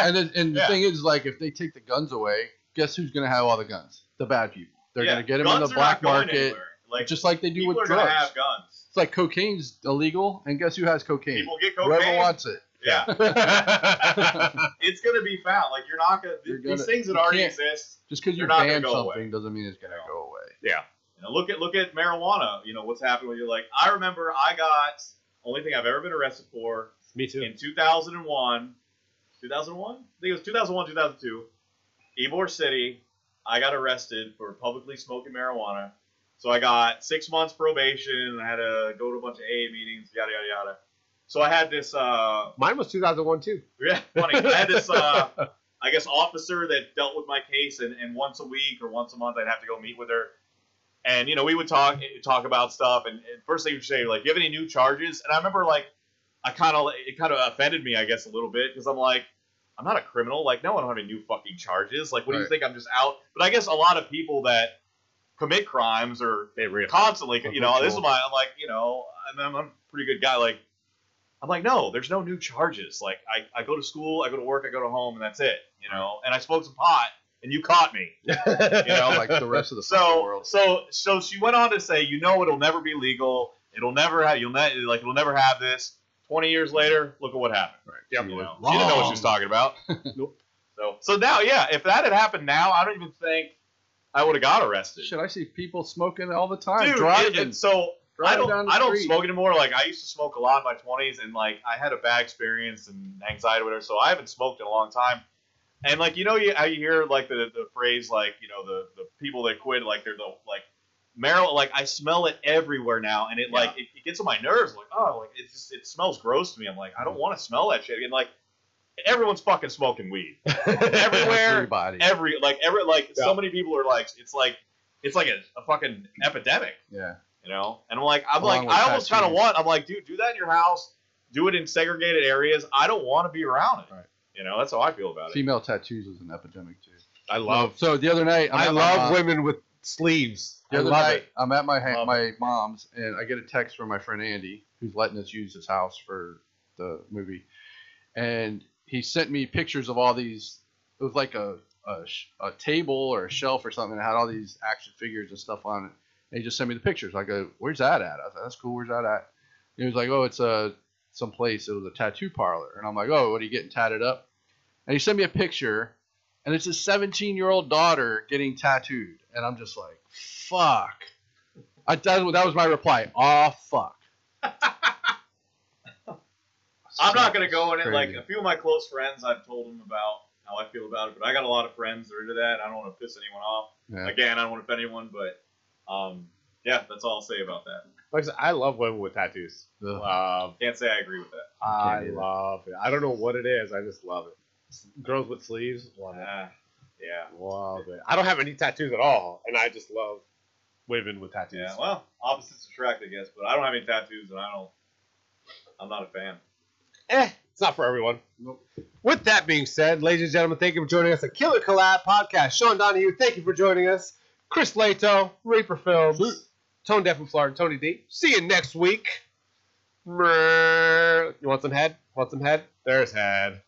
and then, and the
Yeah.
thing is, like, if they take the guns away, guess who's going to have all the guns? The bad people. They're
Yeah,
going to get them
guns
on the
are
black
not going
market,
anywhere. Like
just like they do
people
with
are
drugs.
gonna have guns.
It's like cocaine's illegal, and guess who has cocaine?
People get
Whoever
cocaine.
wants it.
yeah, it's gonna be found. Like you're not gonna
You're
these
gonna-
things that
you
already
can't-
exist.
Just because you
They're not gonna
ban
go
something
away.
doesn't mean it's going to go away.
You know, look at look at marijuana. You know what's happened when you're like, I remember I got only thing I've ever been arrested for
Me too.
in 2001, 2001. I think it was 2001, 2002. Ybor City. I got arrested for publicly smoking marijuana. So I got six months probation. and I had to go to a bunch of AA meetings. Yada yada yada. So I had this. Uh,
Mine was 2001 too.
Yeah, funny. I had this, uh, I guess, officer that dealt with my case, and, and once a week or once a month, I'd have to go meet with her. And, you know, we would talk talk about stuff. And, and first thing you'd say, like, do you have any new charges? And I remember, like, I kind of, it kind of offended me, I guess, a little bit, because I'm like, I'm not a criminal. Like, no, I don't have any new fucking charges. Like, what do you
Right.
think? I'm just out. But I guess a lot of people that commit crimes or
They really
constantly.
Mhm,
You know, this is
cool.
my. I'm like, you know, I'm, I'm, I'm a pretty good guy. Like, I'm like, no, there's no new charges. Like, I, I go to school, I go to work, I go to home, and that's it. You know, and I smoked some pot, and you caught me.
you
You know, like the rest of the fucking
So,
world.
so, so she went on to say, you know, it'll never be legal. It'll never have. You'll ne- like, it'll never have this. Twenty years later, look at what happened.
Right.
Yeah,
You
She was
know, she didn't know what she was
wrong.
talking about.
Nope.
So, so now, yeah, if that had happened now, I don't even think I would have got arrested.
Shit, I see people smoking all the time,
Dude,
driving.
and- and so I
Driving
don't,
down the
I don't
street.
smoke anymore. Like I used to smoke a lot in my twenties, and like I had a bad experience and anxiety, or whatever. So I haven't smoked in a long time. And like you know, you how you hear like the, the phrase like you know the, the people that quit like they're the like marijuana like I smell it everywhere now, and it like it, it gets on my nerves. Like oh, like it just it smells gross to me. I'm like
Mm.
I don't want to smell that shit. And like everyone's fucking smoking weed everywhere.
Everybody.
Every like every like
Yeah.
so many people are like it's like it's like a, a fucking epidemic
yeah.
you know. And I'm like, I'm
Along
like,
with
I almost kind of
tattoos.
want. I'm like, dude, do that in your house. Do it in segregated areas. I don't want to be around it.
Right.
You know, that's how I feel about it.
Female tattoos is an epidemic too.
I love.
So the other night, I'm
I
at my
love
mom-
women with sleeves.
The
I
other
love
night,
it.
I'm at my ha-
Love
my mom's, and I get a text from my friend Andy, who's letting us use his house for the movie, and he sent me pictures of all these. It was like a a, sh- a table or a shelf or something that had all these action figures and stuff on it. And he just sent me the pictures. I go, "Where's that at?" I was like, "That's cool. Where's that at?" And he was like, "Oh, it's a some place. It was a tattoo parlor." And I'm like, "Oh, what are you getting tatted up?" And he sent me a picture and it's his 17 year old daughter getting tattooed and i'm just like fuck I, that, that was my reply oh fuck
I'm not gonna go in it. Like
Crazy.
a few of my close friends, I've told them about how I feel about it. But I got a lot of friends that are into that. I don't want to piss anyone off.
Yeah.
Again, I don't want to offend anyone, but um, yeah, that's all I'll say about that.
Like I said, I love women with tattoos.
Ugh.
Um,
Can't say I agree with that.
I
either.
love it. I don't know what it is. I just love it. S- Girls with sleeves, love it.
Ah, yeah.
Love it. I don't have any tattoos at all, and I just love women with tattoos.
Yeah, well, opposites attract, I guess. But I don't have any tattoos, and I don't. I'm not a fan.
eh, it's not for everyone. With that being said, ladies and gentlemen, thank you for joining us at Killer Collab Podcast. Sean Donahue, thank you for joining us. Chris Lato, Reaper Films, Tone Deaf and Florida, Tony D. See you next week. Brrr. You want some head? Want some head? There's head.